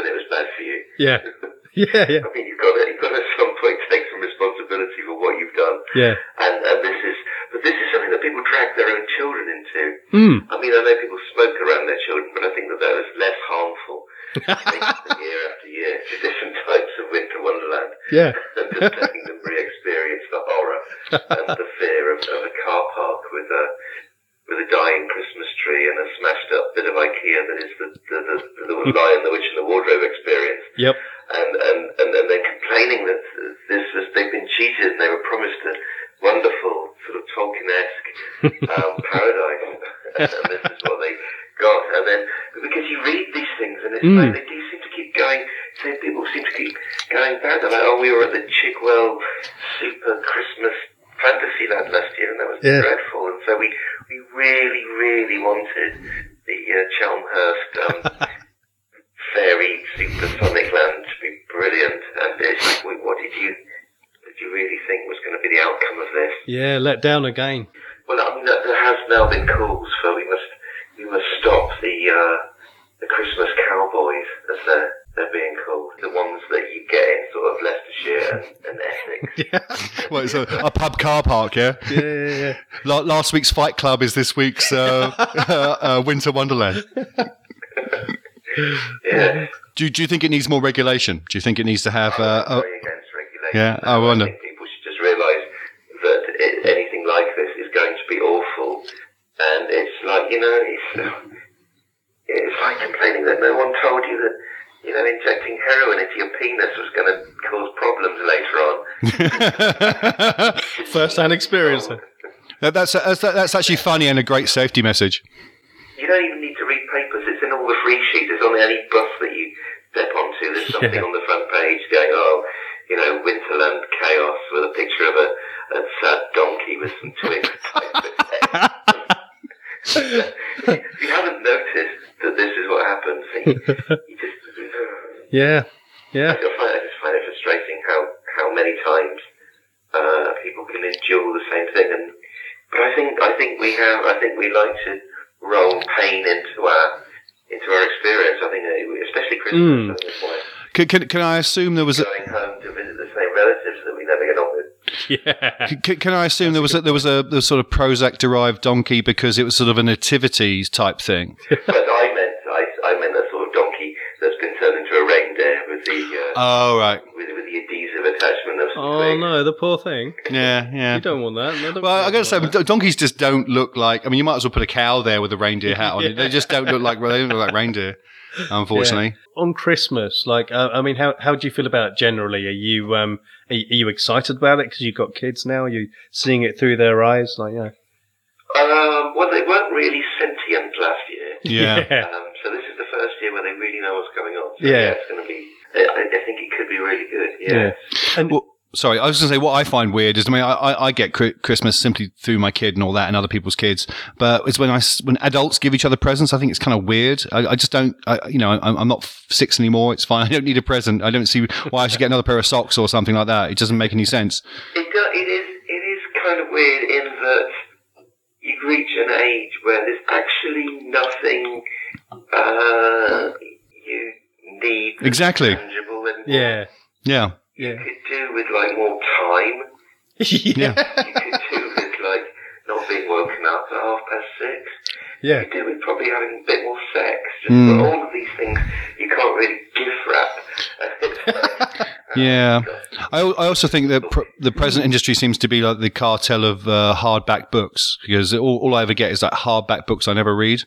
Speaker 7: it was bad for you.
Speaker 3: yeah, <laughs> yeah, yeah,
Speaker 7: I mean, you've got to, you've got to at some point take some responsibility for what you've done.
Speaker 3: yeah.
Speaker 7: And, and this is, but this is something that people drag their own children into.
Speaker 3: Mm.
Speaker 7: I mean, I know people smoke around their children, but I think that that is less harmful. Taking them year after year to different types of winter wonderland
Speaker 3: Yeah,
Speaker 7: and just letting them re-experience the horror and the fear of, of a car park with a with a dying Christmas tree and a smashed up bit of IKEA that is the the, the, the Lion, the Witch, and the Wardrobe experience
Speaker 3: yep,
Speaker 7: and and and, and they're complaining that this was they've been cheated and they were promised a wonderful sort of Tolkien-esque um, paradise, and, this is what they got. And then because you read these things, and it's like they do seem to keep going. Same people seem to keep going back. They're like, oh, we were at the Chigwell Super Christmas Fantasyland last year, and that was
Speaker 3: Yeah.
Speaker 7: dreadful. And so we we really really wanted the uh, Chelmhurst. Um, fairy super
Speaker 3: Yeah, let down again.
Speaker 7: Well, I mean, there there has now been calls for we must we must stop the uh, the Christmas cowboys as they're they're being called the ones that you get in sort of Leicestershire and, and Essex.
Speaker 2: Well, it's a, a pub car park, yeah?
Speaker 3: Yeah, yeah, yeah.
Speaker 2: La- Last week's Fight Club is this week's uh, <laughs> uh, uh, Winter Wonderland.
Speaker 7: Yeah,
Speaker 2: Do, do you think it needs more regulation? Do you think it needs to have. Uh,
Speaker 7: I'm
Speaker 2: uh,
Speaker 7: very against regulation.
Speaker 2: yeah, I wonder.
Speaker 7: think people should just realise that it, anything like this is going to be awful, and it's like you know, it's it's like complaining that no one told you that you know injecting heroin into your penis was going to cause problems later
Speaker 3: <laughs>
Speaker 7: on.
Speaker 3: First hand experience. then.
Speaker 2: that- that's, that's, that's actually funny and a great safety message.
Speaker 7: You don't even need to read papers. It's in all the free sheets. It's on any bus that you step onto. There's something on the front page going, oh, you know, Winterland chaos with a picture of a, a sad donkey with some twigs. tied to its head. if <laughs> you haven't noticed that this is what happens, then you, you just,
Speaker 3: Yeah,
Speaker 7: I
Speaker 3: yeah.
Speaker 7: just find, I just find it frustrating how, how many times uh, people can endure the same thing. And but I think I think we have I think we like to roll pain into our into our experience. I think uh, especially
Speaker 3: Hmm.
Speaker 7: Christmas. I think it's why
Speaker 2: Can, can, can I assume there was a,
Speaker 7: going home to visit the same relatives that we never get
Speaker 3: <laughs>
Speaker 7: on with.
Speaker 2: can, can I assume there was a, there was a there was sort of Prozac derived donkey because it was sort of a nativity type thing?
Speaker 7: but I meant I, I meant that sort of donkey that's been turned into a reindeer with the uh,
Speaker 2: Oh right,
Speaker 7: with, with the adhesive attachment of
Speaker 3: Oh
Speaker 7: something.
Speaker 3: no, the poor thing.
Speaker 2: yeah, yeah.
Speaker 3: You don't want that. No, don't
Speaker 2: Well, I
Speaker 3: want
Speaker 2: gotta
Speaker 3: <laughs>
Speaker 2: say,
Speaker 3: that.
Speaker 2: don- donkeys just don't look like. I mean, you might as well put a cow there with a reindeer hat on. it. They just don't look like. They don't look like reindeer, unfortunately.
Speaker 3: on Christmas, like, uh, I mean, how how do you feel about it generally? Are you um are, you- are you excited about it because you've got kids now? Are you seeing it through their eyes? Like, yeah,
Speaker 7: Um, well, they weren't really sentient last year.
Speaker 3: <laughs>
Speaker 2: Yeah.
Speaker 7: Um, so this is the first year where they really know what's going on. So
Speaker 3: Yeah.
Speaker 7: yeah, it's going to be. I, I- I think it could be really good. Yeah.
Speaker 3: And
Speaker 2: Well, sorry, I was going to say what I find weird is I mean I, I, I get Chri- Christmas simply through my kid and all that and other people's kids, but it's when I s- when adults give each other presents, I think it's kind of weird. I, I just don't, I, you know, I'm, I'm not six anymore. It's fine. <laughs> I don't need a present. I don't see why I should get another pair of socks or something like that. It doesn't make any sense.
Speaker 7: It do, It is. It is kind of weird in that you reach an age where there's actually nothing uh, you need that's
Speaker 2: Exactly.
Speaker 7: tangible and
Speaker 3: yeah,
Speaker 2: Yeah,
Speaker 3: yeah,
Speaker 7: you could do with like more time.
Speaker 3: <laughs> yeah,
Speaker 7: You could do with like not being woken up at half past six.
Speaker 3: yeah, Hmm.
Speaker 7: do with probably having a bit more sex. Just
Speaker 2: Mm.
Speaker 7: but all of these things you can't really give
Speaker 3: <laughs>
Speaker 7: rap.
Speaker 2: yeah. I, al- I also think that pr- the present industry seems to be like the cartel of uh, hardback books because all, all I ever get is like hardback books I never read.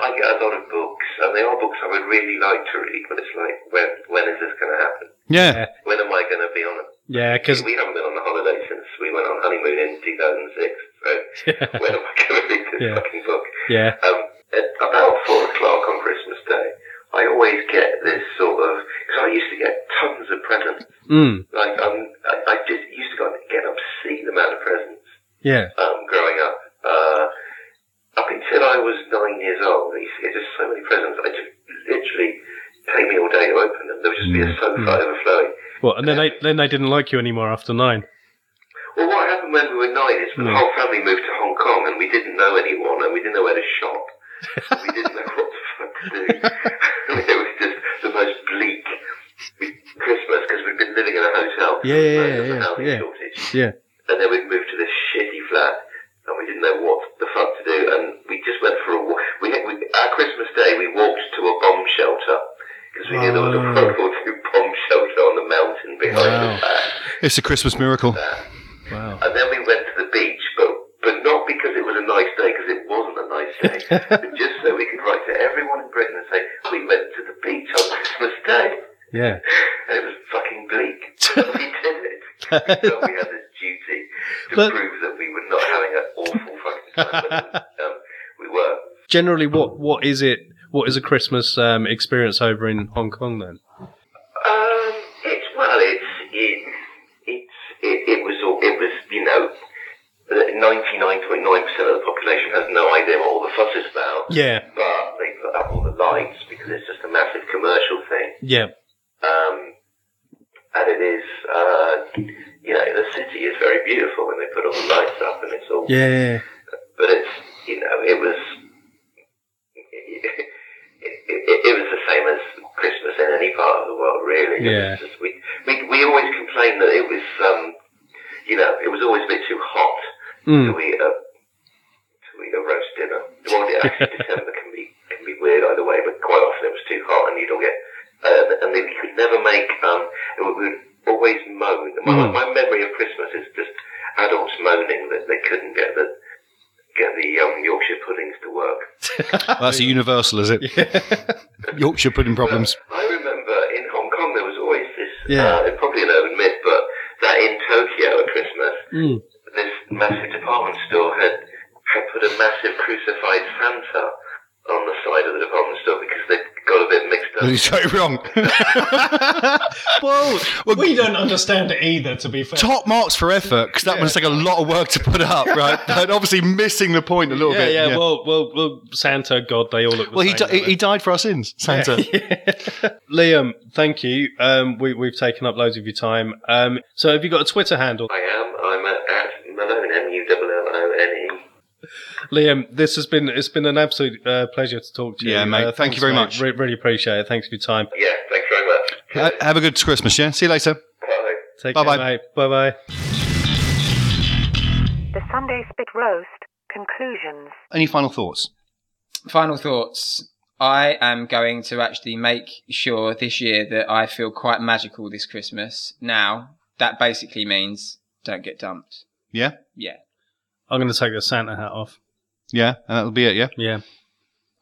Speaker 7: I get a lot of books, and they are books I would really like to read, but it's like, when when is this going to happen?
Speaker 2: Yeah,
Speaker 7: When am I going to be on it?
Speaker 3: yeah. Because
Speaker 7: We haven't been on a holiday since we went on honeymoon in 2006, so
Speaker 3: <laughs>
Speaker 7: when am I going to read this
Speaker 3: Yeah.
Speaker 7: fucking book?
Speaker 3: yeah,
Speaker 7: Um, at about four o'clock on Christmas Day, I always get this sort of because I used to get tons of presents.
Speaker 3: mm,
Speaker 7: Like um, I, I just used to go and get an obscene amount of presents
Speaker 3: yeah,
Speaker 7: um, growing up. Uh, up until I was nine years old, I used to get just so many presents. I just literally take me all day to open them. There would just be a sofa overflowing.
Speaker 3: well, and then they then they didn't like you anymore after nine.
Speaker 7: Well, what happened when we were nine is
Speaker 3: Hmm.
Speaker 7: the whole family moved to Hong Kong, and we didn't know anyone, and we didn't know where to
Speaker 3: <laughs>
Speaker 7: shop. we didn't know what the fuck to do. <laughs> it was just the most bleak Christmas because we'd been living in a hotel.
Speaker 3: Yeah, yeah,
Speaker 7: There was
Speaker 3: yeah,
Speaker 7: a
Speaker 3: yeah,
Speaker 7: housing
Speaker 3: yeah.
Speaker 7: shortage.
Speaker 3: Yeah,
Speaker 7: And then we moved to this shitty flat, and we didn't know what the fuck to do. And we just went for a walk. We, we our Christmas day, we walked to a bomb shelter because we knew there was a World War II bomb shelter on the mountain behind
Speaker 3: Oh. Wow.
Speaker 7: the flat.
Speaker 2: it's a Christmas miracle.
Speaker 3: wow.
Speaker 7: And then we went to the beach, but but not because it was a nice day, because it wasn't a nice
Speaker 3: <laughs>
Speaker 7: day, but just so we could write to everyone in Britain and say we went to the beach on Christmas Day.
Speaker 3: Yeah,
Speaker 7: And it was fucking bleak. <laughs> But we did it. We felt we had this duty to
Speaker 3: But-
Speaker 7: prove that we were not having an awful fucking time.
Speaker 3: <laughs>
Speaker 7: but, um, we were.
Speaker 3: generally, what what is it? What is a Christmas um, experience over in Hong Kong then?
Speaker 7: Um, it's well, it's it, it's it, it was all it was you know. Ninety nine point nine percent of the population has no idea what all the fuss is about.
Speaker 3: Yeah,
Speaker 7: But they put up all the lights because it's just a massive Um, commercial thing.
Speaker 3: yeah,
Speaker 7: Um, and it is, uh, you know, the city is very beautiful when they put all the lights up and it's all
Speaker 3: Yeah.
Speaker 7: but it's you know it was it, it, it was the same as Christmas in any part of the world really. It
Speaker 3: Yeah.
Speaker 7: was just- we, we we always complained that it was um you know it was always a bit too hot
Speaker 3: Mm.
Speaker 7: to eat a to eat a roast dinner. Well, yeah, actually December can be can be weird either way, but quite often it was too hot and you don't get uh, and then you could never make um it would, we would always moan. My,
Speaker 3: Mm.
Speaker 7: my memory of Christmas is just adults moaning that they couldn't get the get the um, Yorkshire puddings to work.
Speaker 2: that's a universal, is it? <laughs> Yorkshire pudding
Speaker 3: <laughs>
Speaker 2: problems.
Speaker 7: Um, I remember in Hong Kong there was always this,
Speaker 3: Yeah.
Speaker 7: uh, probably an urban myth, but that in Tokyo at Christmas,
Speaker 3: Mm.
Speaker 7: this massive department store had, had put a massive crucified Santa on the side of the department store because they got a bit mixed
Speaker 2: You're
Speaker 7: up.
Speaker 2: so wrong. well,
Speaker 8: We don't understand it either, to be fair.
Speaker 2: top marks for effort because that one's like a lot of work to put up,
Speaker 3: <laughs>
Speaker 2: right? But obviously missing the point a little
Speaker 3: Yeah,
Speaker 2: bit.
Speaker 3: yeah, Well, well, well, Santa, God, they all look. The
Speaker 2: well, he,
Speaker 3: same, eh?
Speaker 2: di-
Speaker 3: don't they?
Speaker 2: he died for our sins, Santa.
Speaker 3: <laughs> Liam, thank you. Um, we, we've taken up loads of your time. Um, so have you got a Twitter handle?
Speaker 7: I am, I'm at, at Malone, M-U-L-L-O-N-E.
Speaker 3: Liam, this has been, it's been an absolute uh, pleasure to talk to you.
Speaker 2: Yeah, mate.
Speaker 3: Uh,
Speaker 2: Thank
Speaker 3: thanks,
Speaker 2: you very
Speaker 3: mate.
Speaker 2: much.
Speaker 3: Re- really appreciate it. Thanks for your time.
Speaker 7: Yeah, thanks very much.
Speaker 2: Ha- Uh, Have a good Christmas, yeah? See you later.
Speaker 7: Bye.
Speaker 3: Take
Speaker 2: Bye-bye.
Speaker 3: care, mate. Bye-bye.
Speaker 6: The Sunday Spit Roast. Conclusions.
Speaker 2: Any final thoughts?
Speaker 4: Final thoughts. I am going to actually make sure this year that I feel quite magical this Christmas. Now, that basically means don't get dumped.
Speaker 2: Yeah?
Speaker 4: Yeah.
Speaker 3: I'm going to take the Santa hat off.
Speaker 2: Yeah, and that'll be it, yeah?
Speaker 3: Yeah.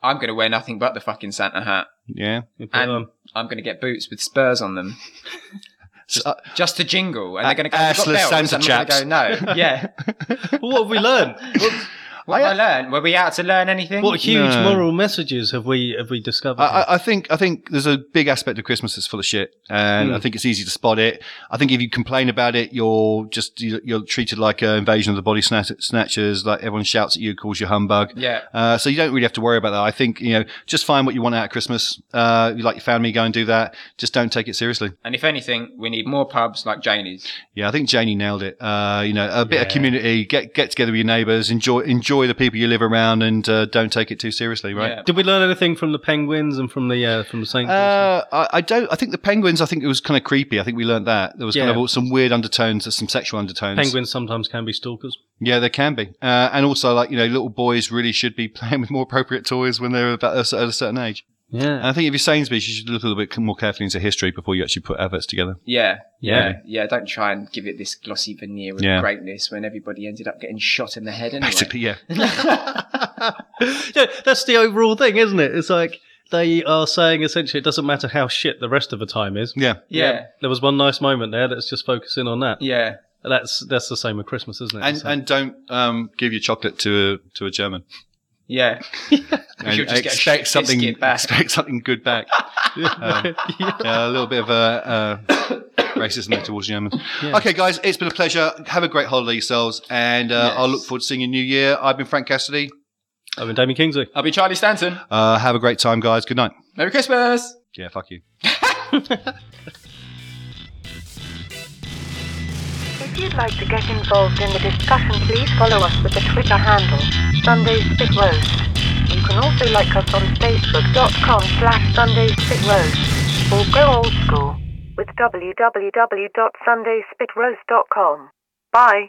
Speaker 4: I'm going to wear nothing but the fucking Santa hat.
Speaker 2: Yeah.
Speaker 3: You put it on.
Speaker 4: And I'm going to get boots with spurs on them
Speaker 2: Uh,
Speaker 4: just to jingle. And
Speaker 2: Uh,
Speaker 4: they're going to go, "You've got
Speaker 2: assless
Speaker 4: bells,"
Speaker 2: Santa
Speaker 4: and I'm
Speaker 2: chaps.
Speaker 4: gonna go, no.
Speaker 2: <laughs>
Speaker 4: Yeah.
Speaker 3: Well, what have we learned?
Speaker 4: What have I learned? Were we out to learn
Speaker 2: <laughs>
Speaker 4: anything?
Speaker 3: What huge
Speaker 2: No.
Speaker 3: moral messages have we have we discovered?
Speaker 2: I, I- I think I think there's a big aspect of Christmas that's full of shit, and I think it's easy to spot it. I think if you complain about it, you're just you- you're treated like an invasion of the body snatch- snatchers. Like everyone shouts at you, calls you humbug.
Speaker 4: Yeah.
Speaker 2: Uh, so you don't really have to worry about that. I think you know, just find what you want out of Christmas. Uh, you like your family, go and do that. Just don't take it seriously.
Speaker 4: And if anything, we need more pubs like Janie's.
Speaker 2: Yeah, I think Janie nailed it. Uh, you know, a bit of
Speaker 3: Yeah.
Speaker 2: community, get get together with your neighbours, enjoy enjoy the people you live around, and uh, don't take it too seriously, right?
Speaker 4: Yeah.
Speaker 3: Did we learn anything from the Penguins and from the uh, from the Saints?
Speaker 2: Uh, I, I don't. I think the penguins. I think it was kind of creepy. I think we learned that there was
Speaker 3: Yeah.
Speaker 2: kind of some weird undertones, some sexual undertones.
Speaker 3: Penguins sometimes can be stalkers.
Speaker 2: Yeah, there can be, uh, and also like you know, little boys really should be <laughs> playing with more appropriate toys when they're about a, cer- at a certain age.
Speaker 3: Yeah.
Speaker 2: And I think if you're Sainsbury's, you should look a little bit more carefully into history before you actually put adverts together.
Speaker 4: Yeah,
Speaker 3: Yeah.
Speaker 4: yeah, yeah. Don't try and give it this glossy veneer of
Speaker 2: Yeah.
Speaker 4: greatness when everybody ended up getting shot in the head anyway.
Speaker 2: Basically, yeah.
Speaker 3: <laughs> yeah, that's the overall thing, isn't it? It's like they are saying essentially it doesn't matter how shit the rest of the time is.
Speaker 2: Yeah,
Speaker 4: Yeah,
Speaker 3: There was one nice moment there. Let's just focus in on that.
Speaker 4: yeah.
Speaker 3: That's that's the same with Christmas, isn't it?
Speaker 2: and
Speaker 3: It's like-
Speaker 2: and don't um, give your chocolate to a, to a German.
Speaker 4: yeah.
Speaker 2: <laughs> And
Speaker 4: You'll just get a
Speaker 2: expect
Speaker 4: shit
Speaker 2: something
Speaker 4: biscuit back.
Speaker 2: expect something good back. Um,
Speaker 3: <laughs>
Speaker 2: yeah, a little bit of a <coughs> uh, racism there towards Germans. Okay, guys, it's been a pleasure. Have a great holiday yourselves, and uh, I'll look forward to seeing you in New Year. I've been Frank Cassidy.
Speaker 3: I mean, Damien Kingsley.
Speaker 4: I'll be Charlie Stanton.
Speaker 2: Uh, have a great time, guys. Good night.
Speaker 4: Merry Christmas.
Speaker 2: Yeah, fuck you.
Speaker 6: If you'd like to get involved in the discussion, please follow us with the Twitter handle, Sunday Spit Roast. You can also like us on facebook.com slash Sunday Spit Roast or go old school with www.sundayspitroast.com. Bye.